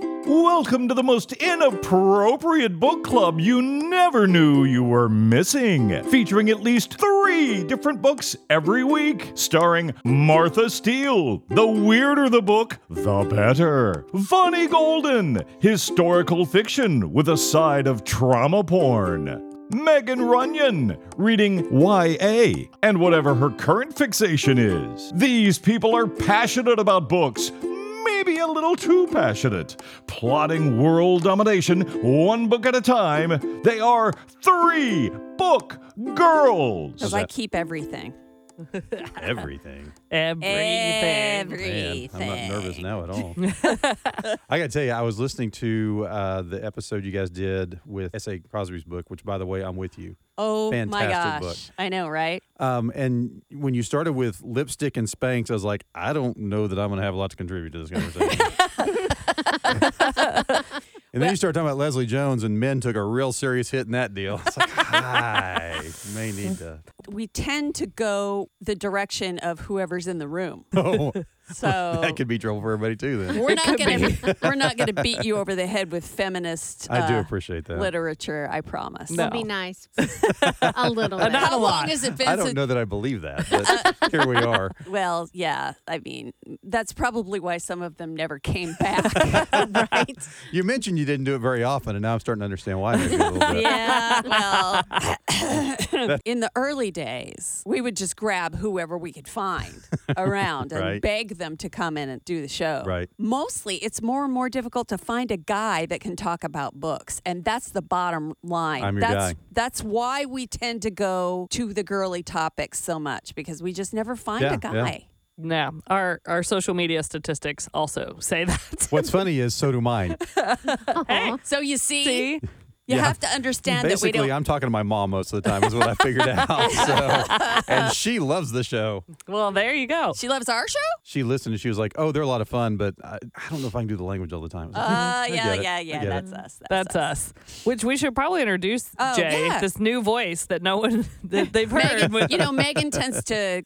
Welcome to the most inappropriate book club you never knew you were missing. Featuring at least three different books every week. Starring Martha Steele. The weirder the book, the better. Vonnie Golden. Historical fiction with a side of trauma porn. Megan Runyon, reading YA, and whatever her current fixation is. These people are passionate about books, maybe a little too passionate. Plotting world domination one book at a time, they are three book girls. Because I keep everything. everything. Everything. Everything. I'm not nervous now at all. I got to tell you, I was listening to uh, the episode you guys did with S.A. Crosby's book, which, by the way, I'm with you. Oh my gosh. Fantastic book. I know, right? Um, and when you started with lipstick and Spanx, I was like, I don't know that I'm going to have a lot to contribute to this conversation. and then you start talking about Leslie Jones, and men took a real serious hit in that deal. It's like, I may need to. We tend to go the direction of whoever's in the room. Oh, So that could be trouble for everybody, too, then. we're not gonna we're not gonna beat you over the head with feminist I do uh, appreciate that. literature, I promise. No. It'll be nice. a little bit. Not How a lot. long has it been I don't since- know that I believe that, but here we are. Well, yeah, I mean, that's probably why some of them never came back. right? You mentioned you didn't do it very often, and now I'm starting to understand why. Maybe a little bit. yeah, well, in the early days, we would just grab whoever we could find around and Right. beg them to come in and do the show. Right. Mostly, it's more and more difficult to find a guy that can talk about books, and that's the bottom line. I'm your that's guy. that's why we tend to go to the girly topics so much because we just never find Yeah, a yeah. guy. No, our our social media statistics also say that. What's funny is so do mine. Hey, So you see, see, you Yeah. have to understand that we don't Basically, I'm talking to my mom most of the time, is what I figured out. So, and she loves the show. well, there you go. She loves our show? She listened and she was like, "Oh, they're a lot of fun, but I, I don't know if I can do the language all the time." I was like, Uh, yeah, I get it. yeah, I yeah. get it. That's us. That's, That's us. Which we should probably introduce Oh, Jay, yeah. this new voice that no one that they've heard. Megan, you know, Megan tends to.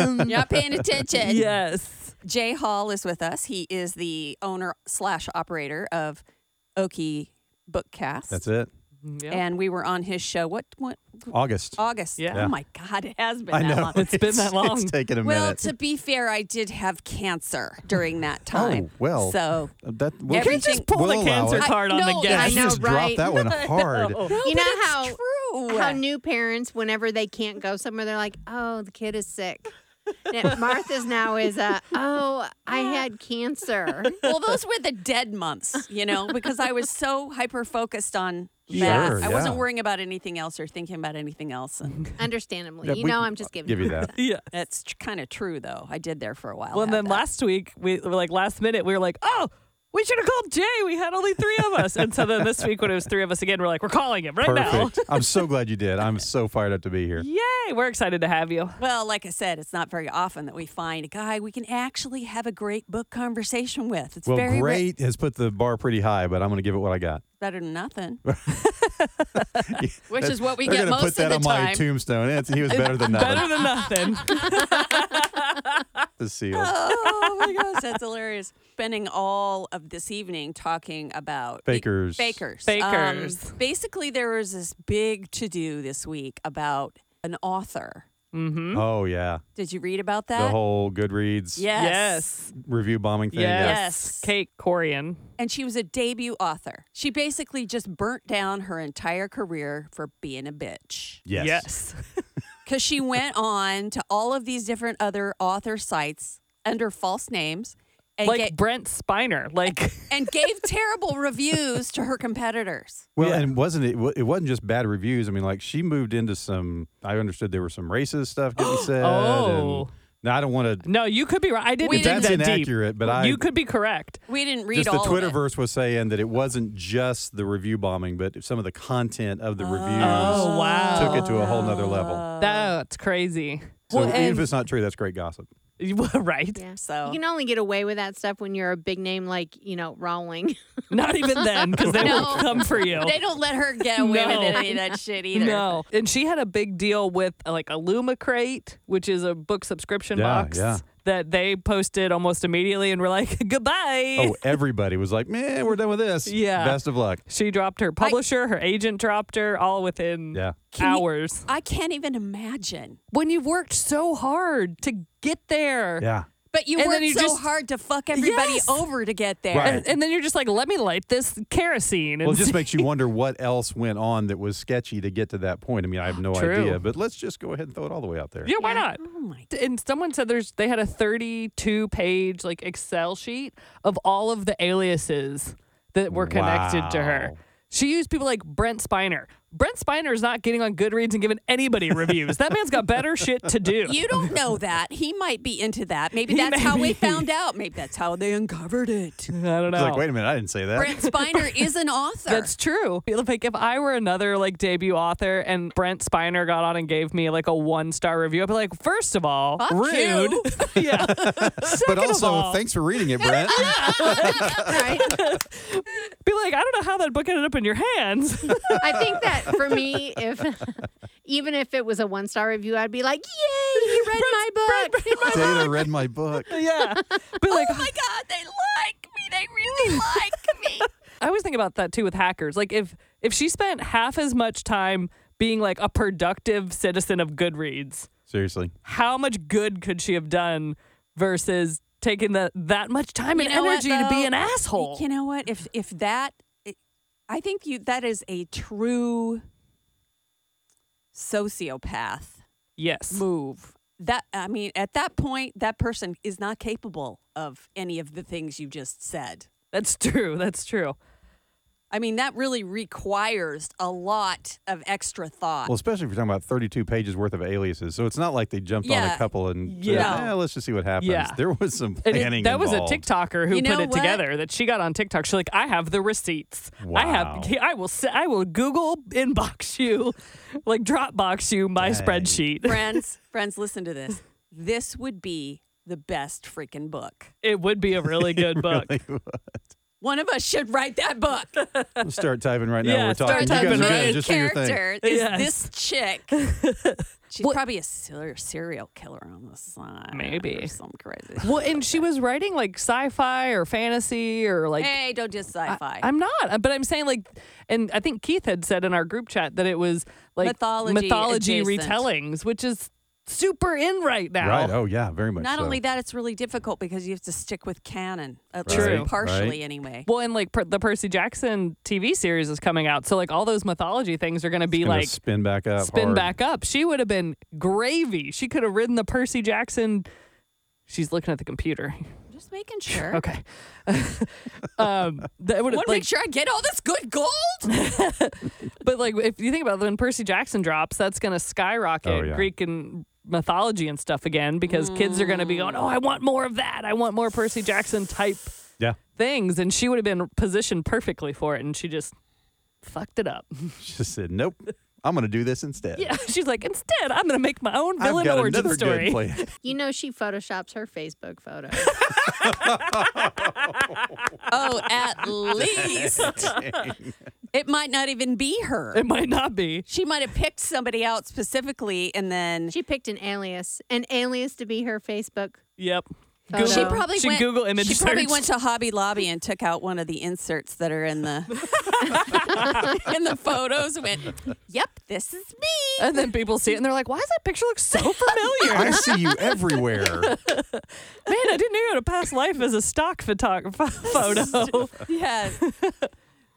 You're not paying attention. yes. Jay Hall is with us. He is the owner slash operator of Oki Bookcast. That's it. Yep. And we were on his show. What? What? August. August. Yeah. Oh my God, it has been I that know. long. It's been that long. It's taken a Well, minute. Oh, to be fair, I did have cancer during that time. well, So Uh, that well, Can you just we'll pull Pull the allow cancer it. card on no, the I Yeah, guest. she know, just right? dropped that one hard. You But know it's how true. how new parents, whenever they can't go somewhere, they're like, "Oh, the kid is sick." And Martha's now is a, "Oh, I had cancer." well, those were the dead months, you know, because I was so hyper focused on that. Sure, I wasn't yeah. worrying about anything else or thinking about anything else. And Understandably, Yeah, you we- know, I'm just giving. Give you her that. yeah. that's tr- kind of true, though. I did there for a while. Well, and have then that. last week we were like last minute we were like, oh. We should have called Jay. We had only three of us. And so then this week, when it was three of us again, we're like, we're calling him right now. Perfect. I'm so glad you did. I'm so fired up to be here. Yay. We're excited to have you. Well, like I said, it's not very often that we find a guy we can actually have a great book conversation with. It's Well, very ra- great has put the bar pretty high, but I'm going to give it what I got. better than nothing. Which is what we They're get gonna most put that of the on my time. tombstone. It's, he was better than Better nothing. than nothing. the seal. oh my gosh, that's hilarious. Spending all of this evening talking about be- Bakers. bakers. Bakers. Um, basically, there was this big to do this week about an author. mm-hmm. Oh yeah, Did you read about that? the whole yes. Goodreads Yes. review bombing thing. yeah. Yes. Kate Corian. And she was a debut author. She basically just burnt down her entire career for being a bitch. Yes. Because she went on to all of these different other author sites under false names and, like ga- Brent Spiner. Like, and gave terrible reviews to her competitors. Well, Yeah. and wasn't it? It wasn't just bad reviews. I mean, like she moved into some. I understood there was some racist stuff getting said. Oh. And, now I don't want to. no, you could be right. I didn't We dig didn't- That's that deep. inaccurate, but I- you could be correct. We didn't read Just the all of it. Twitterverse was saying that it wasn't just the review bombing, but some of the content of the reviews Oh, wow. took it to a whole nother level. That's crazy. So Oh. Well, even and- if it's not true, that's great gossip. You were right. Yeah. So- you can only get away with that stuff when you're a big name like you know Rowling. Not even then, because they No. won't come for you. They don't let her get away No. with any of that shit either. No. And she had a big deal with uh, like Illumicrate, which is a book subscription Yeah, box yeah. that they posted almost immediately and were like, goodbye. Oh, everybody was like, man, we're done with this. Yeah. Best of luck. She dropped her publisher, her agent dropped her, all within Yeah. Can you- hours. I can't even imagine. when you've worked so hard to get there. Yeah. But you And then worked you so just- hard to fuck everybody Yes. over to get there. Right. And, and then you're just like, let me light this kerosene. And Well, it just makes you wonder what else went on that was sketchy to get to that point. I mean, I have no True. idea, but let's just go ahead and throw it all the way out there. yeah, why Yeah. not? Oh my. And someone said there's they had a 32 page like Excel sheet of all of the aliases that were connected to her. Wow. She used people like Brent Spiner. Brent Spiner is not getting on Goodreads and giving anybody reviews. that man's got better shit to do. You don't know that. He might be into that. Maybe He that's may how we be. found out. Maybe that's how they uncovered it. I don't know. It's like, wait a minute, I didn't say that. Brent Spiner is an author. That's true. Like if I were another like debut author and Brent Spiner got on and gave me like a one star review, I'd be like, first of all, Fuck rude. you. yeah. but Second also, of all, thanks for reading it, Brent. right? be like, I don't know how that book ended up in your hands. I think that for me, if even if it was a one star review, I'd be like, "Yay, he read my book!" Data read my book. yeah. Be like, Oh my God, they like me. They really like me. I always think about that too with hackers. Like if if she spent half as much time being like a productive citizen of Goodreads, Seriously. how much good could she have done versus taking the that much time You and know what, energy to be though? an asshole? You know what? If if that, I think you that is a true sociopath yes. move. That I mean, at that point, that person is not capable of any of the things you just said. That's true. That's true. I mean, that really requires a lot of extra thought. Well, especially if you're talking about 32 pages worth of aliases. So it's not like they jumped on a Yeah. couple and said, Yeah. "Eh, let's just see what happens. Yeah. There was some And it- planning. that was involved. a TikToker who You put know it what? together. That she got on TikTok. She's like, I have the receipts. I Wow. have. I will. se- I will Google inbox you, like Dropbox you my Dang. spreadsheet. friends, friends, listen to this. This would be the best freaking book. It would be a really good book. One of us should write that book. Let's start typing right now. Yeah, We're start talking. typing you guys are right good. now. Just do your thing. character is Yes. this chick. She's probably a serial, serial killer on the side. Maybe. Or some crazy. Well, and she was writing like sci-fi or fantasy or like. Hey, don't just sci fi. I'm not, uh, but I'm saying like, and I think Keith had said in our group chat that it was like Mythology mythology adjacent. retellings, which is super in right now. Right. Oh yeah, very much. Not so. only that, it's really difficult because you have to stick with canon, at Right, True. least partially right. anyway. Well, and like per- the Percy Jackson TV series is coming out, so like all those mythology things are going to be Gonna like spin back up. spin hard. back up. She would have been gravy. She could have ridden the Percy Jackson. She's looking at the computer. just making sure. Okay. um, I that would have want to like, make sure I get all this good gold. but like if you think about it, when Percy Jackson drops, that's going to skyrocket Oh, yeah. Greek and mythology and stuff again because kids are going to be going, oh, I want more of that. I want more Percy Jackson type Yeah. things, and she would have been positioned perfectly for it, and she just fucked it up. She said, "Nope, I'm going to do this instead." Yeah, she's like, instead, I'm gonna make my own I've villain got origin another story. good plan. You know, she photoshops her Facebook photo. oh, at least. it might not even be her. It might not be. She might have picked somebody out specifically and then She picked an alias, an alias to be her Facebook. Yep. Google- She probably She went, Google image She probably searched. went to Hobby Lobby and took out one of the inserts that are in the in the photos. And went, yep, this is me. And then people see it and they're like, why does that picture look so familiar? I see you everywhere. Man, I didn't know you had a past life as a stock photog- pho- photo. Yeah,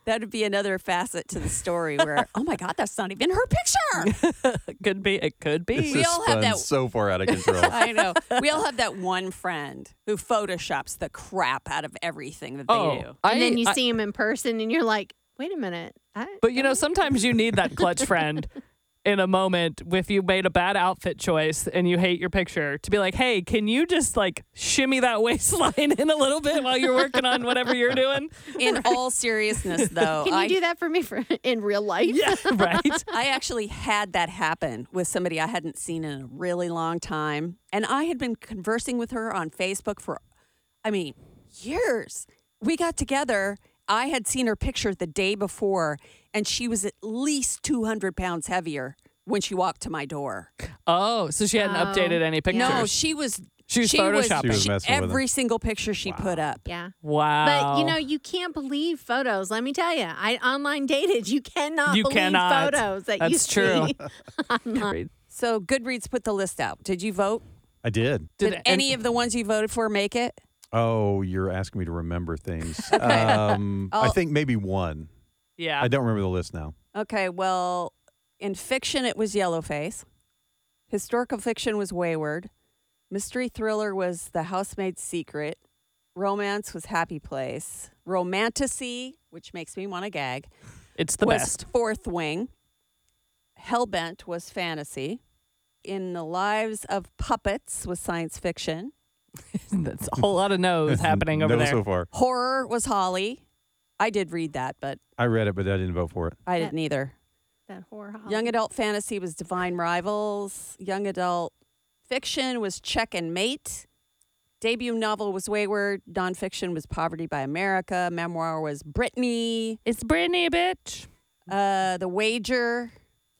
that'd be another facet to the story where, oh my God, that's not even her picture. could be. It could This be. We is all have fun that- so far out of control. I know. We all have that one friend who photoshops the crap out of everything that they do. Oh, I, And then you I- see him in person, and you're like, "Wait a minute." I, But you know, sometimes you need that clutch friend in a moment if you made a bad outfit choice and you hate your picture to be like, hey, can you just like shimmy that waistline in a little bit while you're working on whatever you're doing? In all seriousness, though, can you I do that for me for in real life? Yeah, right. I actually had that happen with somebody I hadn't seen in a really long time. And I had been conversing with her on Facebook for, I mean, years. We got together. I had seen her picture the day before, and she was at least 200 pounds heavier when she walked to my door. Oh, so she hadn't Oh, updated any pictures. No, she was She was she was, photoshopping. She was she- messing with every single picture she put up. Yeah. wow. But you know, you can't believe photos. Let me tell you, I online dated. You cannot You believe cannot. photos that you That's true. see. Agreed. So Goodreads put the list out. Did you vote? I did. Did, and- any of the ones you voted for make it? Oh, you're asking me to remember things. um, I I'll- think maybe one. Yeah. I don't remember the list now. Okay, well, in fiction it was Yellowface. Historical fiction was Wayward. Mystery thriller was The Housemaid's Secret. Romance was Happy Place. Romanticy, which makes me want to gag, It's the was best. Fourth Wing. Hellbent was fantasy. In the Lives of Puppets was science fiction. That's a whole lot of no's happening over no, there. so far. Horror was Holly. I did read that, but I read it, but I didn't vote for it. I didn't either. that horror. hall. Young adult fantasy was Divine Rivals. Young adult fiction was Check and Mate. Debut novel was Wayward. Nonfiction was Poverty by America. Memoir was Brittany. It's Brittany, bitch. Uh, the Wager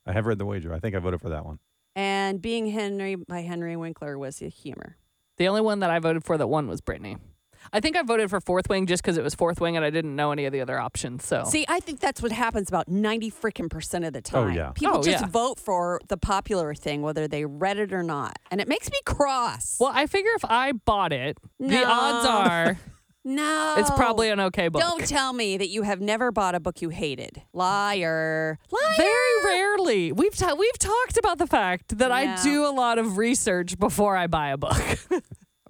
I have read The Wager. I think I voted for that one. and Being Henry by Henry Winkler was a humor. The only one that I voted for that won was Brittany. I think I voted for Fourth Wing just because it was Fourth Wing and I didn't know any of the other options. So See, I think that's what happens about ninety freaking percent of the Oh, time. yeah. people Oh. Oh, just yeah. vote for the popular thing, whether they read it or not, and it makes me cross. Well, I figure if I bought it, the No. odds are No, it's probably an okay book. Don't tell me that you have never bought a book you hated. Liar. Liar. Very rarely. We've ta- we've talked about the fact that I No. do a lot of research before I buy a book.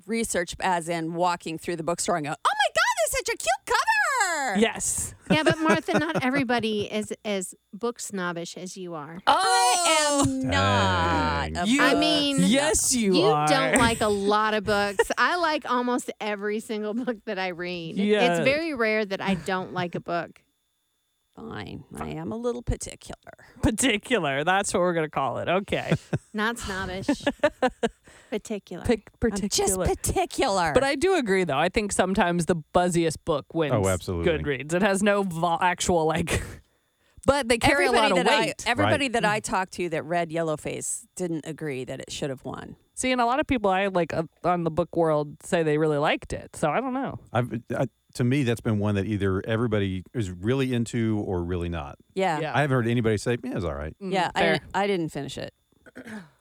Research, as in walking through the bookstore and go, oh my God, that's such a cute cover. yes. yeah, but Martha, not everybody is as book snobbish as you are. I Oh. am Dang. not. a You- I book mean, Yes, you, You are. don't like a lot of books. I like almost every single book that I read. Yeah. It's very rare that I don't like a book. Fine. I am a little particular. particular. That's what we're gonna call it. Okay. Not snobbish. Particular. Pick I'm just particular. particular. But I do agree, though. I think sometimes the buzziest book wins. Oh, absolutely. Goodreads. It has no vo- actual like. But they carry everybody a lot of that I, weight. Mm. everybody that I talked to that read Yellowface didn't agree that it should have won. See, and a lot of people I like uh, on the book world say they really liked it. So I don't know. I've, I, to me, that's been one that either everybody is really into or really not. Yeah. Yeah. Mm, Yeah. I haven't heard anybody say, "Man, it's all right." I, fair. didn't, I didn't finish it.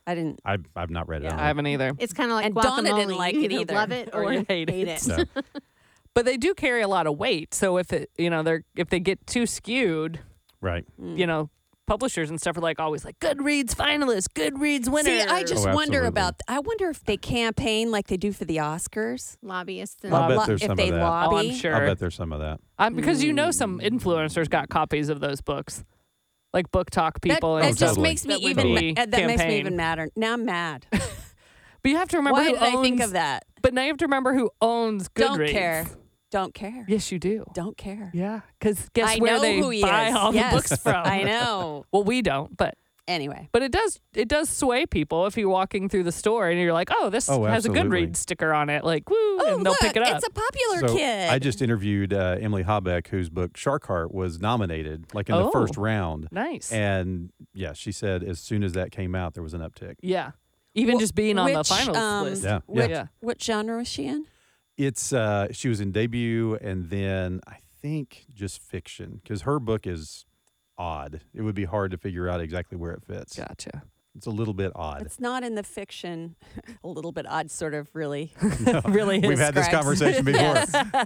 I didn't. I've, I've not read it. Yeah. I I haven't either. It's kind of like And guacamole. Donna didn't like you it either. either. Love it Or or, you hate hate, it. it. don't know. So, But they do carry a lot of weight. So if it, you know, they're if they get too skewed, right. mm. you know, publishers and stuff are like always like Goodreads finalist, Goodreads winner. See, I just Oh, wonder absolutely. about. I wonder if they campaign like they do for the Oscars. Lobbyists. And I'll bet Lo- there's if some they of that. lobby. Oh, I'm sure. I'll bet there's some of that. Um, because you Mm. know some influencers got copies of those books, like book talk That, people. that and just totally. makes me That would even. be ma- that makes me campaign. even madder. Now I'm mad. But you have to remember Why who did I think of owns- that? But now you have to remember who owns Goodreads. Don't care. Don't care. Yes, you do. Don't care. Yeah, because guess I where know they who he buy is. all Yes. the books from. I know. Well, we don't, but Anyway, but it does it does sway people if you're walking through the store and you're like, oh, this Oh, has a absolutely. Goodreads sticker on it, like woo, oh and they'll look, pick it up. it's a popular So kid. I just interviewed uh, Emily Habeck, whose book Sharkheart was nominated, like in Oh. the first round. nice. And yeah, she said as soon as that came out, there was an uptick. yeah, even Wh- just being on the which, finals um, list. Yeah. Which, Yeah. What genre was she in? It's uh, she was in debut, and then I think just fiction because her book is odd. It would be hard to figure out exactly where it fits. Gotcha. It's a little bit odd. It's not in the fiction. a little bit odd, sort of. Really, really We've is. had this describes- conversation before.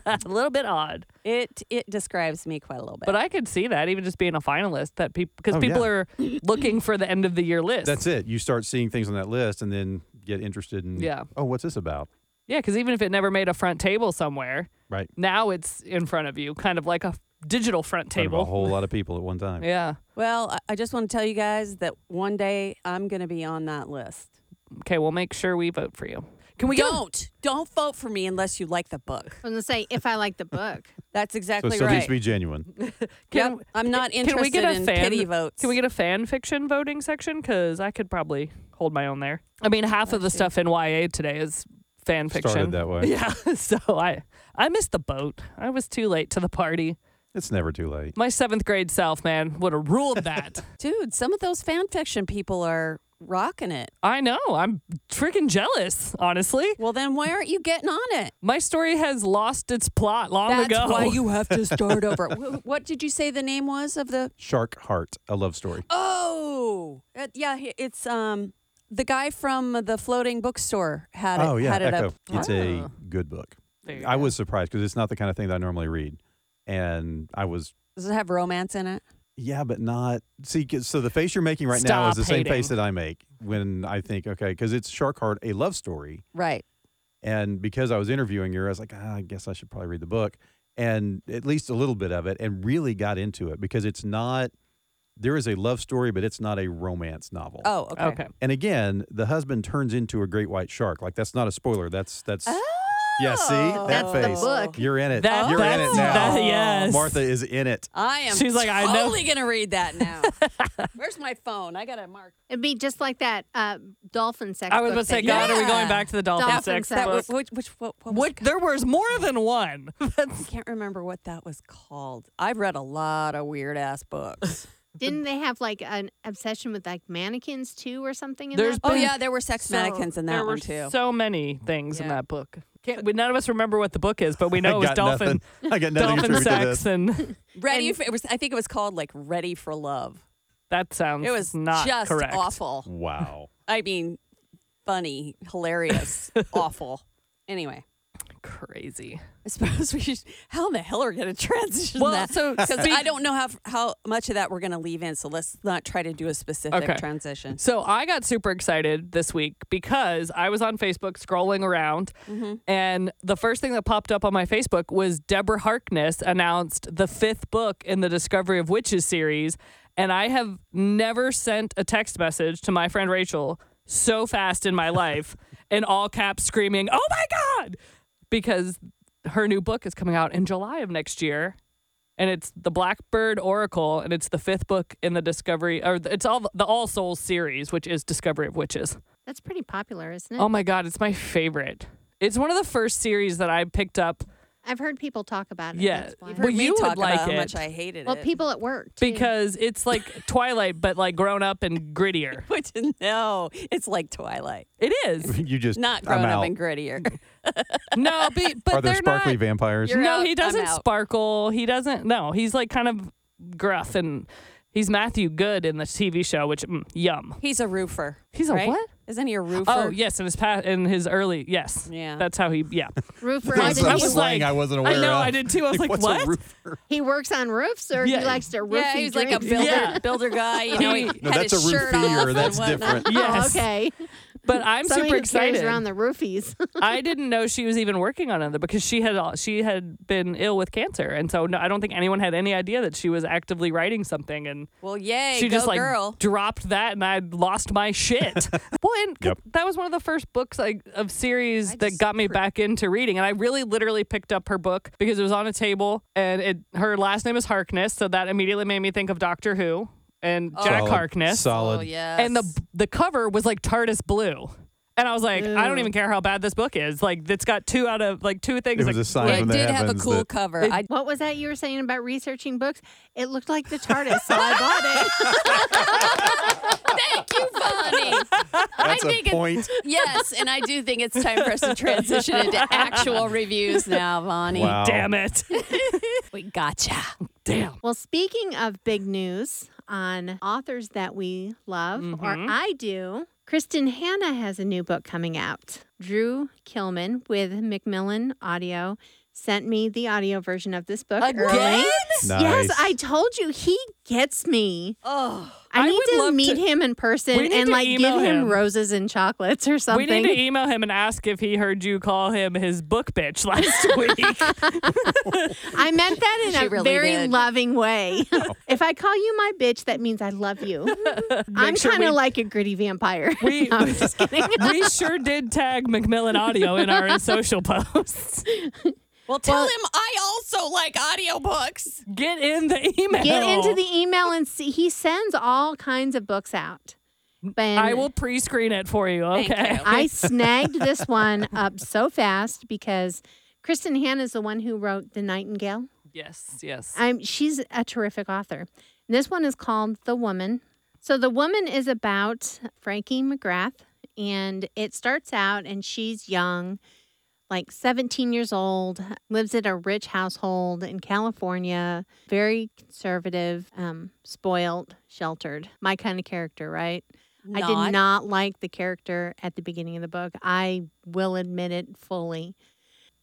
Yes. a little bit odd. it it describes me quite a little bit. But I could see that even just being a finalist that people because Oh, people yeah. are looking for the end of the year list. That's it. You start seeing things on that list, and then get interested in. Yeah. Oh, what's this about? yeah, because even if it never made a front table somewhere, Right. now it's in front of you, kind of like a digital front In front of table. A whole lot of people at one time. yeah. well, I- I just want to tell you guys that one day I'm going to be on that list. Okay, we'll make sure we vote for you. Can we go? don't don't vote for me unless you like the book. I was gonna say if I like the book. That's So exactly still needs right. to be genuine. Yep, I'm not interested Can we get a in fan? pity votes. Can we get a fan fiction voting section? Because I could probably hold my own there. I mean, half of the stuff in YA today is fan fiction. Started that way. Yeah. So I I missed the boat. I was too late to the party. It's never too late. My seventh grade self, man, would have ruled that. dude? Some of those fan fiction people are rocking it. I know. I'm freaking jealous, honestly. Well, then why aren't you getting on it? My story has lost its plot long That's ago. why you have to start over. Wh- what did you say the name was of the? Shark Heart, a love story. Oh, uh, yeah, he- it's um the guy from the floating bookstore had it. oh yeah, had it Echo. up. It's a good book. There you I go. was surprised because it's not the kind of thing that I normally read, and I was Does it have romance in it? yeah, but not see. 'cause- So the face you're making right now Stop is the same face hating. that I make when I think okay, because it's Shark Heart, a love story, Right. and because I was interviewing her, I was like, ah, I guess I should probably read the book, and at least a little bit of it, and really got into it because it's not. There is a love story, but it's not a romance novel. Oh, okay. okay. And again, the husband turns into a great white shark. Like that's not a spoiler. That's that's yeah. See that That's the face. book. You're in it. Oh. Oh. That- You're in it that's- now. that- yes. Martha is in it. I am. She's like, I know- totally gonna read that now. Where's my phone? I gotta mark. It'd be just like that uh, dolphin sex. I was book about to say, that you- God, are we going Yeah. back to the dolphin, Dolphin sex? sex. book? That which which what, what was What- it called? there was more than one. I can't remember what that was called. I've read a lot of weird ass books. Didn't they have like an obsession with like mannequins too or something? In There's that oh book? yeah, there were sex So, mannequins in that there one were too. so many things in Yeah. that book. Can't, we, none of us remember what the book is, but we know it was I got dolphin, nothing. I got nothing to dolphin attribute to sex, this. and Ready And- for, it was I think it was called like Ready for Love. that sounds It was not just correct. awful. Wow. I mean, funny, hilarious, awful. Anyway, Crazy. I suppose we should. How in the hell are we going to transition Well, that? so Because speak- I don't know how how much of that we're going to leave in. So let's not try to do a specific Okay. transition. So I got super excited this week because I was on Facebook scrolling around, and the first thing that popped up on my Facebook was Deborah Harkness announced the fifth book in the Discovery of Witches series. And I have never sent a text message to my friend Rachel so fast in my life, in all caps, screaming, Oh my God! Because her new book is coming out in July of next year and it's the Blackbird Oracle, and it's the fifth book in the Discovery, or it's all the All Souls series, which is Discovery of Witches. Mm-hmm. That's pretty popular, isn't it? Oh my God, it's my favorite. It's one of the first series that I picked up I've heard people talk about it. Yeah. that's why. You've Heard well, me you would talk like about it. how much I hated well, it. people at work too. because it's like Twilight, but like grown up and grittier. Which no, it's like Twilight, It is. You just not I'm grown up out. and grittier. No, be, but Are there they're sparkly not. vampires? You're- no, out, he I'm doesn't out. sparkle. He doesn't. No, he's like kind of gruff and. He's Matthew Good in the TV show, which mm, yum. He's a roofer. He's a right? what? Isn't he a roofer? Oh yes, in his past, in his early yes, Yeah. That's how he yeah. roofer. That's as in I some he, was slang like- I wasn't I aware know, of. I did too. I was like, What's what? a roofer? he works on roofs, or Yeah. he likes to roofie Yeah, he's like a drinks? builder, Yeah. builder guy. You know, he No, No, had that's a his shirt off roofier. and That's whatnot. different. Oh, Yes. okay. But I'm Somebody super who carries excited. around the roofies. I didn't know she was even working on another because she had all, she had been ill with cancer, and so no, I don't think anyone had any idea that she was actively writing something, and Well, yay, she go just like girl. dropped that, and I lost my shit. well, and Yep. that was one of the first books I, of series I that just got me back into reading, and I really literally picked up her book because it was on a table, and it her last name is Harkness, so that immediately made me think of Doctor Who and Jack Solid, Harkness. Solid. Oh yes. and the the cover was like TARDIS blue. And I was like, I don't even care how bad this book is. Like, it's got two out of like two things. It was like, a sign it from the did have a heavens cool that- cover. I what was that you were saying about researching books? It looked like the TARDIS, so I bought it. Thank you, Bonnie. That's a think it- point. yes, and I do think it's time for us to transition into actual reviews now, Bonnie. Wow. Damn it! We gotcha. Damn. Well, speaking of big news on authors that we love, Mm-hmm. or I do, Kristen Hanna has a new book coming out. Drew Kilman with Macmillan Audio sent me the audio version of this book. early. Again? Yes, Nice. I told you he gets me. Oh, I, I need would to love meet to- him in person We need and to like give email him him. roses and chocolates or something. We need to email him and ask if he heard you call him his book bitch last week. I meant that in She a really very did. loving way. Oh. if I call you my bitch, that means I love you. I'm sure kind of we- like a gritty vampire. We- No, I'm just kidding. we sure did tag Macmillan Audio in our social posts. well, tell him I also like audiobooks. Get in the email. Get into the email and see. He sends all kinds of books out. But I will pre-screen it for you. Thank Okay. you. I snagged this one up so fast because Kristen Hanna is the one who wrote The Nightingale. Yes. Yes. I'm, she's a terrific author. And this one is called The Woman. So the woman is about Frankie McGrath, and it starts out, and she's young, like 17 years old, lives in a rich household in California, very conservative, um, spoiled, sheltered. My kind of character, right? I did not like the character at the beginning of the book. I will admit it fully.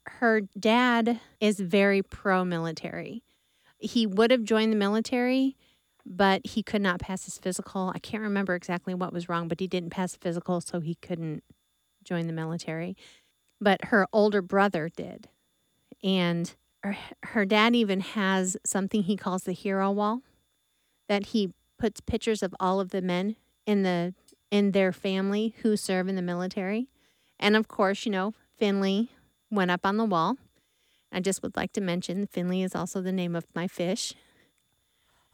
Her dad is very pro military. He would have joined the military, but he could not pass his physical. I can't remember exactly what was wrong, but he didn't pass the physical, so he couldn't join the military. But her older brother did. And her, her dad even has something he calls the hero wall that he puts pictures of all of the men in the in their family who serve in the military. And of course, you know, Finley went up on the wall. I just would like to mention Finley is also the name of my fish.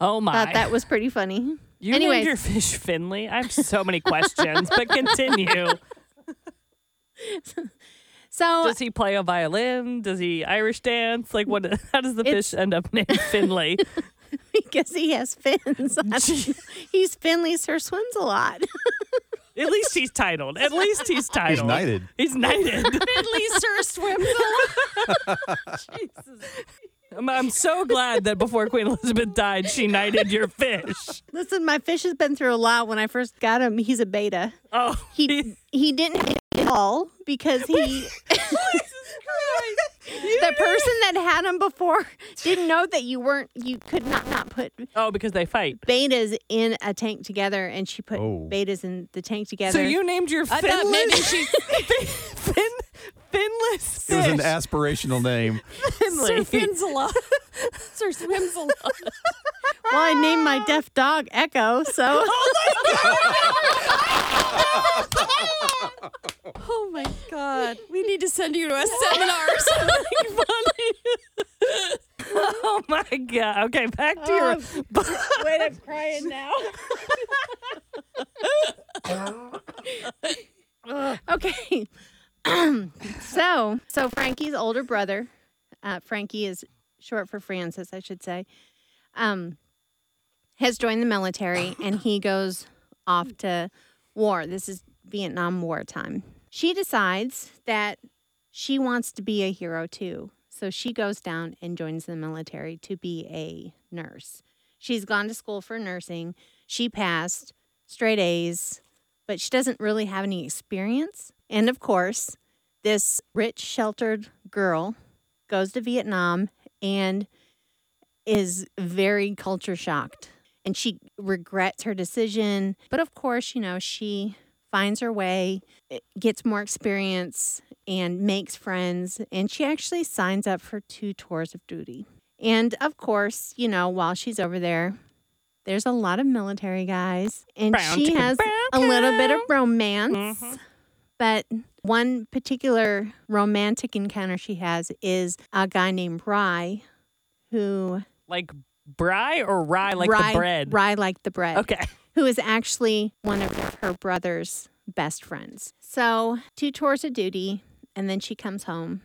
Oh my! Thought that was pretty funny. you anyways. named your fish Finley. I have so many questions, but continue. So Does he play a violin? Does he Irish dance? Like what? How does the It's- fish end up named Finley? because he has fins, on- he's Finley's her swims a lot. At least he's titled. At least he's titled. He's knighted. He's knighted. At least her swims along. I'm, I'm so glad that before Queen Elizabeth died, she knighted your fish. Listen, my fish has been through a lot. When I first got him, he's a beta. Oh, He he didn't hit it all because he. the person that had him before didn't know that you weren't you could not not put oh, because they fight. betas in a tank together and she put Oh. betas in the tank together So you named your I thought finless, maybe she. fin, fin, finless fish. It was an aspirational name. Sir Finley. fins a lot. Sir swims a lot. well i named my deaf dog echo so Oh my God. We need to send you to a seminar or something funny. Oh my god. Okay, back to Um, your. wait i'm crying now okay so so frankie's older brother uh, frankie is short for francis i should say um, has joined the military and he goes off to war this is vietnam war time she decides that she wants to be a hero too so she goes down and joins the military to be a nurse she's gone to school for nursing she passed straight a's but she doesn't really have any experience. And of course, this rich, sheltered girl goes to Vietnam and is very culture shocked. And she regrets her decision. But of course, you know, she finds her way, eh, gets more experience, and makes friends. And she actually signs up for two tours of duty. And of course, you know, while she's over there, there's a lot of military guys. And Brown she chicken, has brown Mm-hmm. a little bit of cow. romance. But one particular romantic encounter she has is a guy named Rye, who Like Bry or Rye, like Rye, the bread. Rye like the bread. Okay. Who is actually one of her brother's best friends. So two tours of duty, and then she comes home,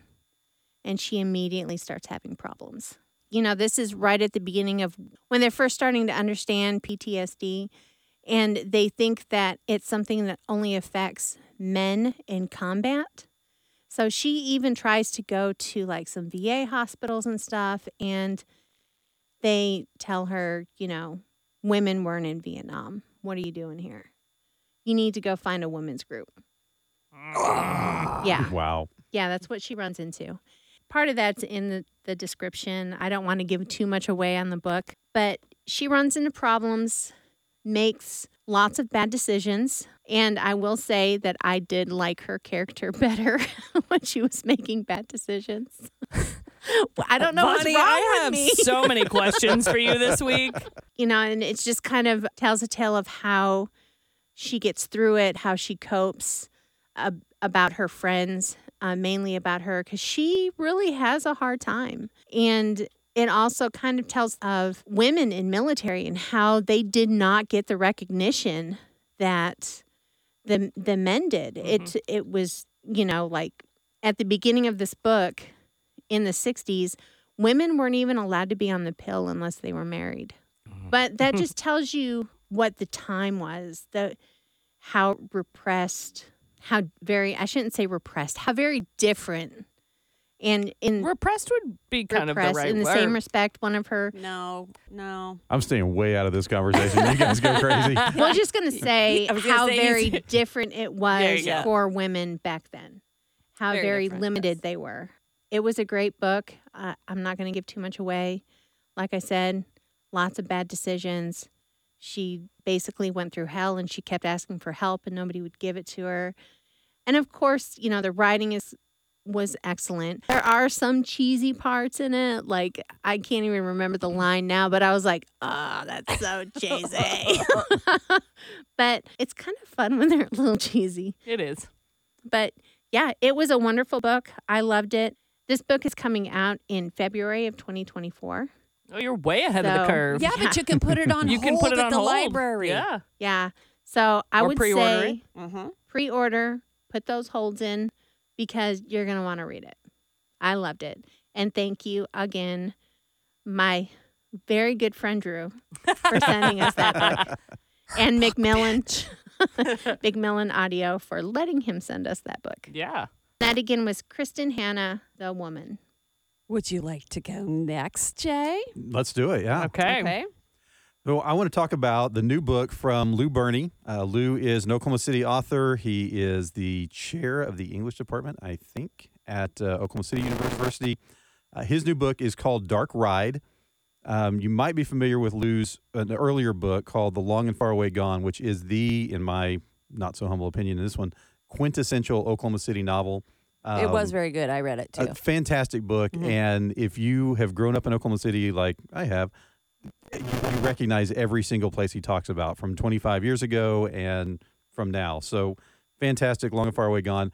and she immediately starts having problems. You know, this is right at the beginning of when they're first starting to understand PTSD, and they think that it's something that only affects men in combat. So she even tries to go to like some VA hospitals and stuff, and they tell her, you know, women weren't in Vietnam. What are you doing here? You need to go find a women's group. yeah. Wow. Yeah, that's what she runs into. Part of that's in the, the description. I don't want to give too much away on the book, but she runs into problems, makes lots of bad decisions. And I will say that I did like her character better when she was making bad decisions. I don't know Bonnie, what's wrong I with have me. so many questions for you this week. you know, and it's just kind of tells a tale of how she gets through it, how she copes uh, about her friends, uh, mainly about her, because she really has a hard time. And it also kind of tells of women in military and how they did not get the recognition that the the men did. Mm-hmm. It it was you know like at the beginning of this book in the 60s Mm-hmm. women weren't even allowed to be on the pill unless they were married but that just tells you what the time was, the how repressed, how very I shouldn't say repressed, how very different. And in Repressed would be kind of the repressed, right in the word. same respect, one of her No, no. I'm staying way out of this conversation. You guys go crazy. Well, I was just gonna say I was gonna how say- very different it There you was go. for women back then. How Very very, different, limited yes. they were. It was a great book. Uh, I'm not gonna give too much away. Like I said, lots of bad decisions. She basically went through hell, and she kept asking for help, and nobody would give it to her. And of course, you know the writing is was excellent. There are some cheesy parts in it. Like I can't even remember the line now, but I was like, "Oh, that's so cheesy." but it's kind of fun when they're a little cheesy. It is. But yeah, it was a wonderful book. I loved it. This book is coming out in February of 2024. Oh, you're way ahead of the So- curve. Yeah, but you can put it on You hold can put it at on the hold. library. Yeah. Yeah. So I Or would pre-order say it. Mm-hmm. pre-order, put those holds in because you're going to want to read it. I loved it. And thank you again, my very good friend Drew, for sending us that book. And McMillan, McMillan Audio for letting him send us that book. Yeah. That again was Kristen Hanna, the woman. Would you like to go next, Jay? Let's do it. Yeah. Okay. So I want to talk about the new book from Lou Burney. Uh, Lou is an Oklahoma City author. He is the chair of the English department, I think, at uh, Oklahoma City University. Uh, his new book is called Dark Ride. Um, you might be familiar with Lou's an earlier book called The Long and Far Away Gone, which is the, in my not so humble opinion, in this one quintessential Oklahoma City novel. it Um, was very good. I read it too. uh, Mm-hmm. a fantastic book. And if you have grown up in Oklahoma City like I have, you you recognize every single place he talks about from 25 years ago and from now. So fantastic, long and far away gone.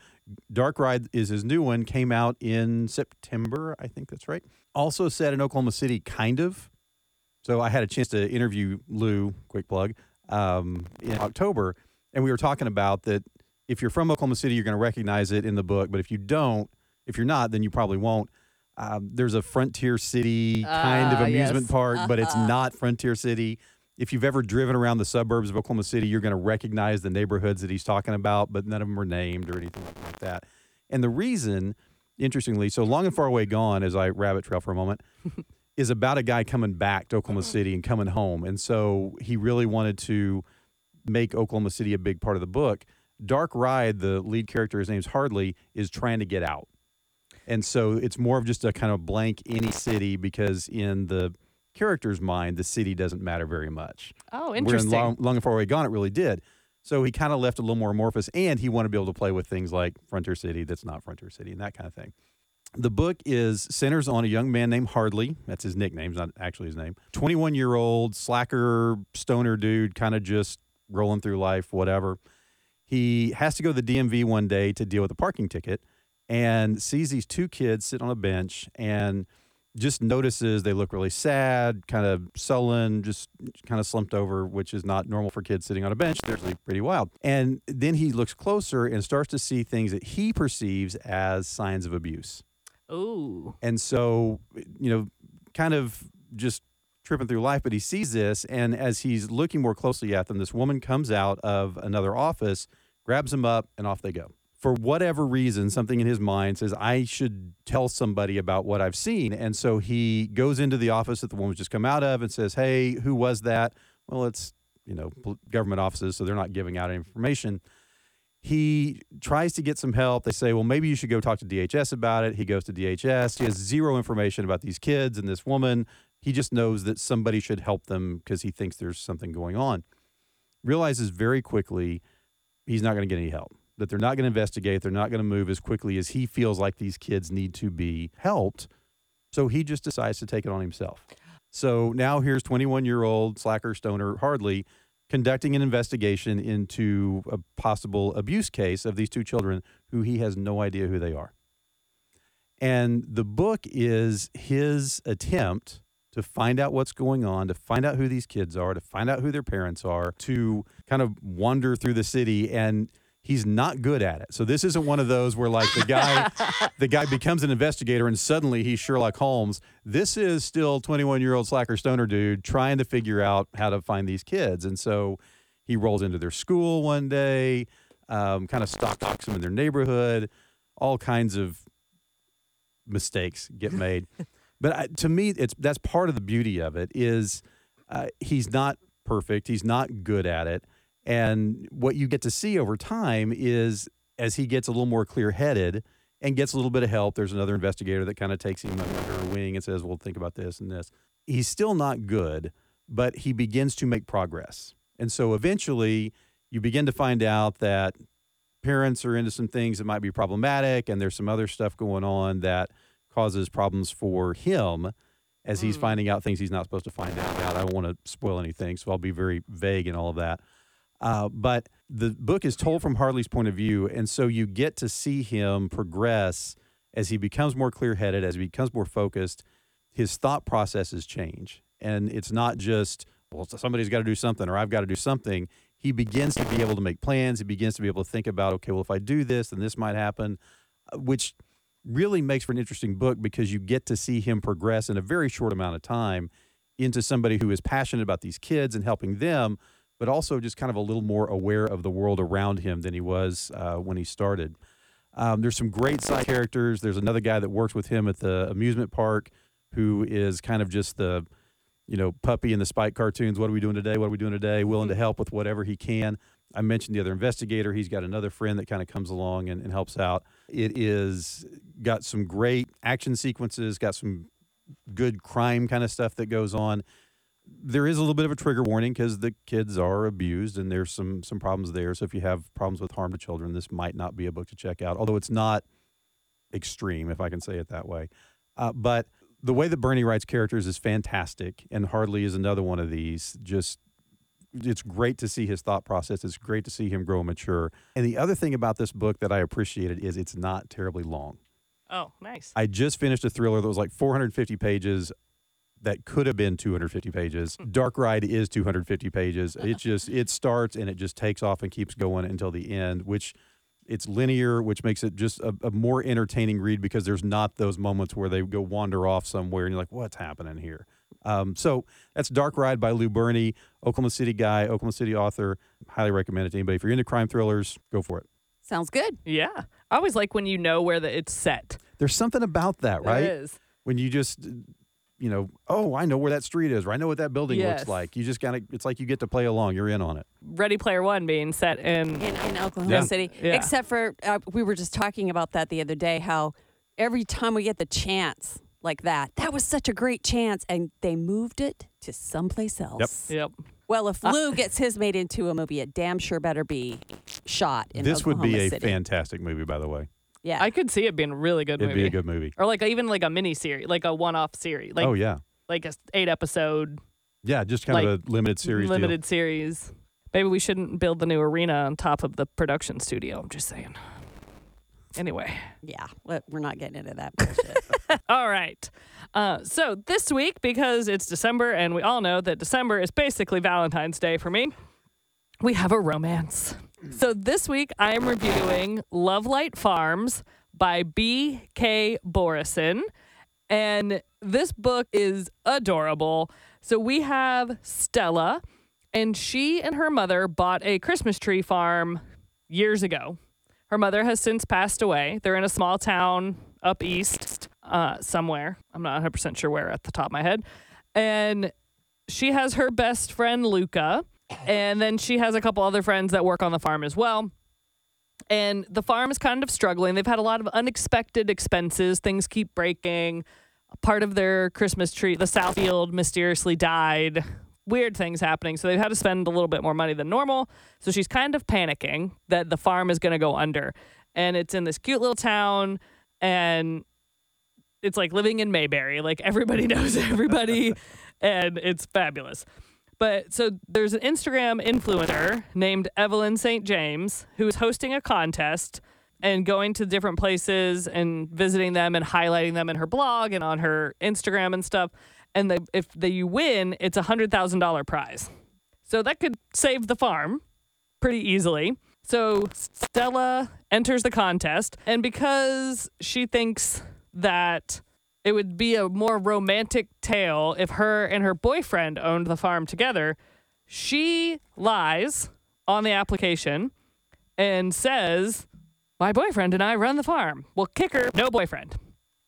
Dark Ride is his new one, came out in September. I think that's right. Also set in Oklahoma City, kind of. So I had a chance to interview Lou, quick plug, um, in October. And we were talking about that if you're from Oklahoma City, you're going to recognize it in the book. But if you don't, if you're not, then you probably won't. Um, there's a Frontier City kind of Ah, amusement yes. park, but it's not Frontier City. If you've ever driven around the suburbs of Oklahoma City, you're going to recognize the neighborhoods that he's talking about, but none of them are named or anything like that. And the reason, interestingly, so Long and Far Away Gone, as I rabbit trail for a moment, is about a guy coming back to Oklahoma City and coming home. And so he really wanted to make Oklahoma City a big part of the book. Dark Ride, the lead character, his name's Hardley, is trying to get out. And so it's more of just a kind of blank any city because in the character's mind, the city doesn't matter very much. Oh, Where in interesting. long, long and Far Away Gone, it really did. So he kind of left a little more amorphous, and he wanted to be able to play with things like Frontier City that's not Frontier City and that kind of thing. The book is centers on a young man named Hardley. That's his nickname, it's not actually his name. 21 year old slacker, stoner dude, kind of just rolling through life, whatever. He has to go to the DMV one day to deal with a parking ticket and sees these two kids sit on a bench and just notices they look really sad, kind of sullen, just kind of slumped over, which is not normal for kids sitting on a bench. They're usually pretty wild. And then he looks closer and starts to see things that he perceives as signs of abuse. Ooh. And so, you know, kind of just tripping through life, but he sees this. And as he's looking more closely at them, this woman comes out of another office, grabs him up, and off they go. For whatever reason, something in his mind says, I should tell somebody about what I've seen. And so he goes into the office that the woman's just come out of and says, Hey, who was that? Well, it's, you know, pol- government offices, so they're not giving out any information he tries to get some help. They say, well, maybe you should go talk to DHS about it. He goes to DHS. He has zero information about these kids and this woman. He just knows that somebody should help them because he thinks there's something going on. Realizes very quickly he's not going to get any help, that they're not going to investigate. They're not going to move as quickly as he feels like these kids need to be helped. So he just decides to take it on himself. So now here's 21 year old slacker stoner Hardley conducting an investigation into a possible abuse case of these two children who he has no idea who they are. And the book is his attempt to find out what's going on, to find out who these kids are, to find out who their parents are, to kind of wander through the city. And He's not good at it. So this isn't one of those where like the guy the guy becomes an investigator and suddenly he's Sherlock Holmes. This is still 21-year-old slacker stoner dude trying to figure out how to find these kids. And so he rolls into their school one day, um, kind of stalk stalks them in their neighborhood. All kinds of mistakes get made. but I, to me, it's that's part of the beauty of it is uh, he's not perfect. He's not good at it. And what you get to see over time is as he gets a little more clear headed and gets a little bit of help, there's another investigator that kind of takes him under her wing and says, Well, think about this and this. He's still not good, but he begins to make progress. And so eventually you begin to find out that parents are into some things that might be problematic and there's some other stuff going on that causes problems for him as he's finding out things he's not supposed to find out about. I don't want to spoil anything, so I'll be very vague in all of that. Uh, but the book is told from Harley's point of view, and so you get to see him progress as he becomes more clear-headed, as he becomes more focused. His thought processes change, and it's not just well somebody's got to do something or I've got to do something. He begins to be able to make plans. He begins to be able to think about okay, well if I do this, then this might happen, uh, which really makes for an interesting book because you get to see him progress in a very short amount of time into somebody who is passionate about these kids and helping them, but also just kind of a little more aware of the world around him than he was uh, when he started. Um, there's some great side characters. There's another guy that works with him at the amusement park who is kind of just the, you know, puppy in the Spike cartoons. What are we doing today? What are we doing today? Willing to help with whatever he can. I mentioned the other investigator. He's got another friend that kind of comes along and, and helps out. It is got some great action sequences, got some good crime kind of stuff that goes on. There is a little bit of a trigger warning because the kids are abused and there's some some problems there. So if you have problems with harm to children, this might not be a book to check out. Although it's not extreme, if I can say it that way. Uh, but the way that Bernie writes characters is fantastic, and Hardly is another one of these. Just it's great to see his thought process. It's great to see him grow and mature. And the other thing about this book that I appreciated is it's not terribly long. Oh, nice. I just finished a thriller that was like 450 pages that could have been 250 pages. Dark Ride is 250 pages. It just it starts and it just takes off and keeps going until the end, which it's linear, which makes it just a, a more entertaining read because there's not those moments where they go wander off somewhere and you're like, what's happening here? Um, so that's Dark Ride by Lou Burney, Oklahoma City guy, Oklahoma City author. Highly recommend it to anybody. If you're into crime thrillers, go for it. Sounds good. Yeah. I always like when you know where the, it's set. There's something about that, There right? is. when you just you know oh i know where that street is or i know what that building looks Yes. like you just kind of it's like you get to play along you're in on it Ready Player One being set in. in, in Oklahoma Yeah. City. Yeah. Except for uh, we were just talking about that the other day. How every time we get the chance like that, that was such a great chance, and they moved it to someplace else. Yep. Well, if Lou gets his made into a movie, it damn sure better be shot in this would be Oklahoma a City. fantastic movie by the way Yeah, I could see it being a really good it'd movie. be a good movie or like even like a mini series, like a one off series. Like oh yeah like a s- eight episode yeah just kind of a limited series limited series. Maybe we shouldn't build the new arena on top of the production studio. I'm just saying. Anyway. yeah. Well, We're not getting into that bullshit. All right. Uh, so this week, because it's December and we all know that December is basically Valentine's Day for me, we have a romance. So this week, I am reviewing Love Light Farms by B.K. Borison. And this book is adorable. So we have Stella, and she and her mother bought a Christmas tree farm years ago. Her mother has since passed away. They're in a small town up east uh, somewhere. I'm not 100% sure where at the top of my head. And she has her best friend, Luca. And then she has a couple other friends that work on the farm as well. And the farm is kind of struggling. They've had a lot of unexpected expenses, things keep breaking. Part of their Christmas tree, the Southfield, mysteriously died. Weird things happening. So they've had to spend a little bit more money than normal. So she's kind of panicking that the farm is going to go under. And it's in this cute little town. And it's like living in Mayberry. Like everybody knows everybody, and it's fabulous. But so there's an Instagram influencer named Evelyn St. James who is hosting a contest and going to different places and visiting them and highlighting them in her blog and on her Instagram and stuff. And the, if the, you win, it's a $100,000 prize. So that could save the farm pretty easily. So Stella enters the contest, and because she thinks that it would be a more romantic tale if her and her boyfriend owned the farm together, she lies on the application and says, My boyfriend and I run the farm. Well, kicker, no boyfriend,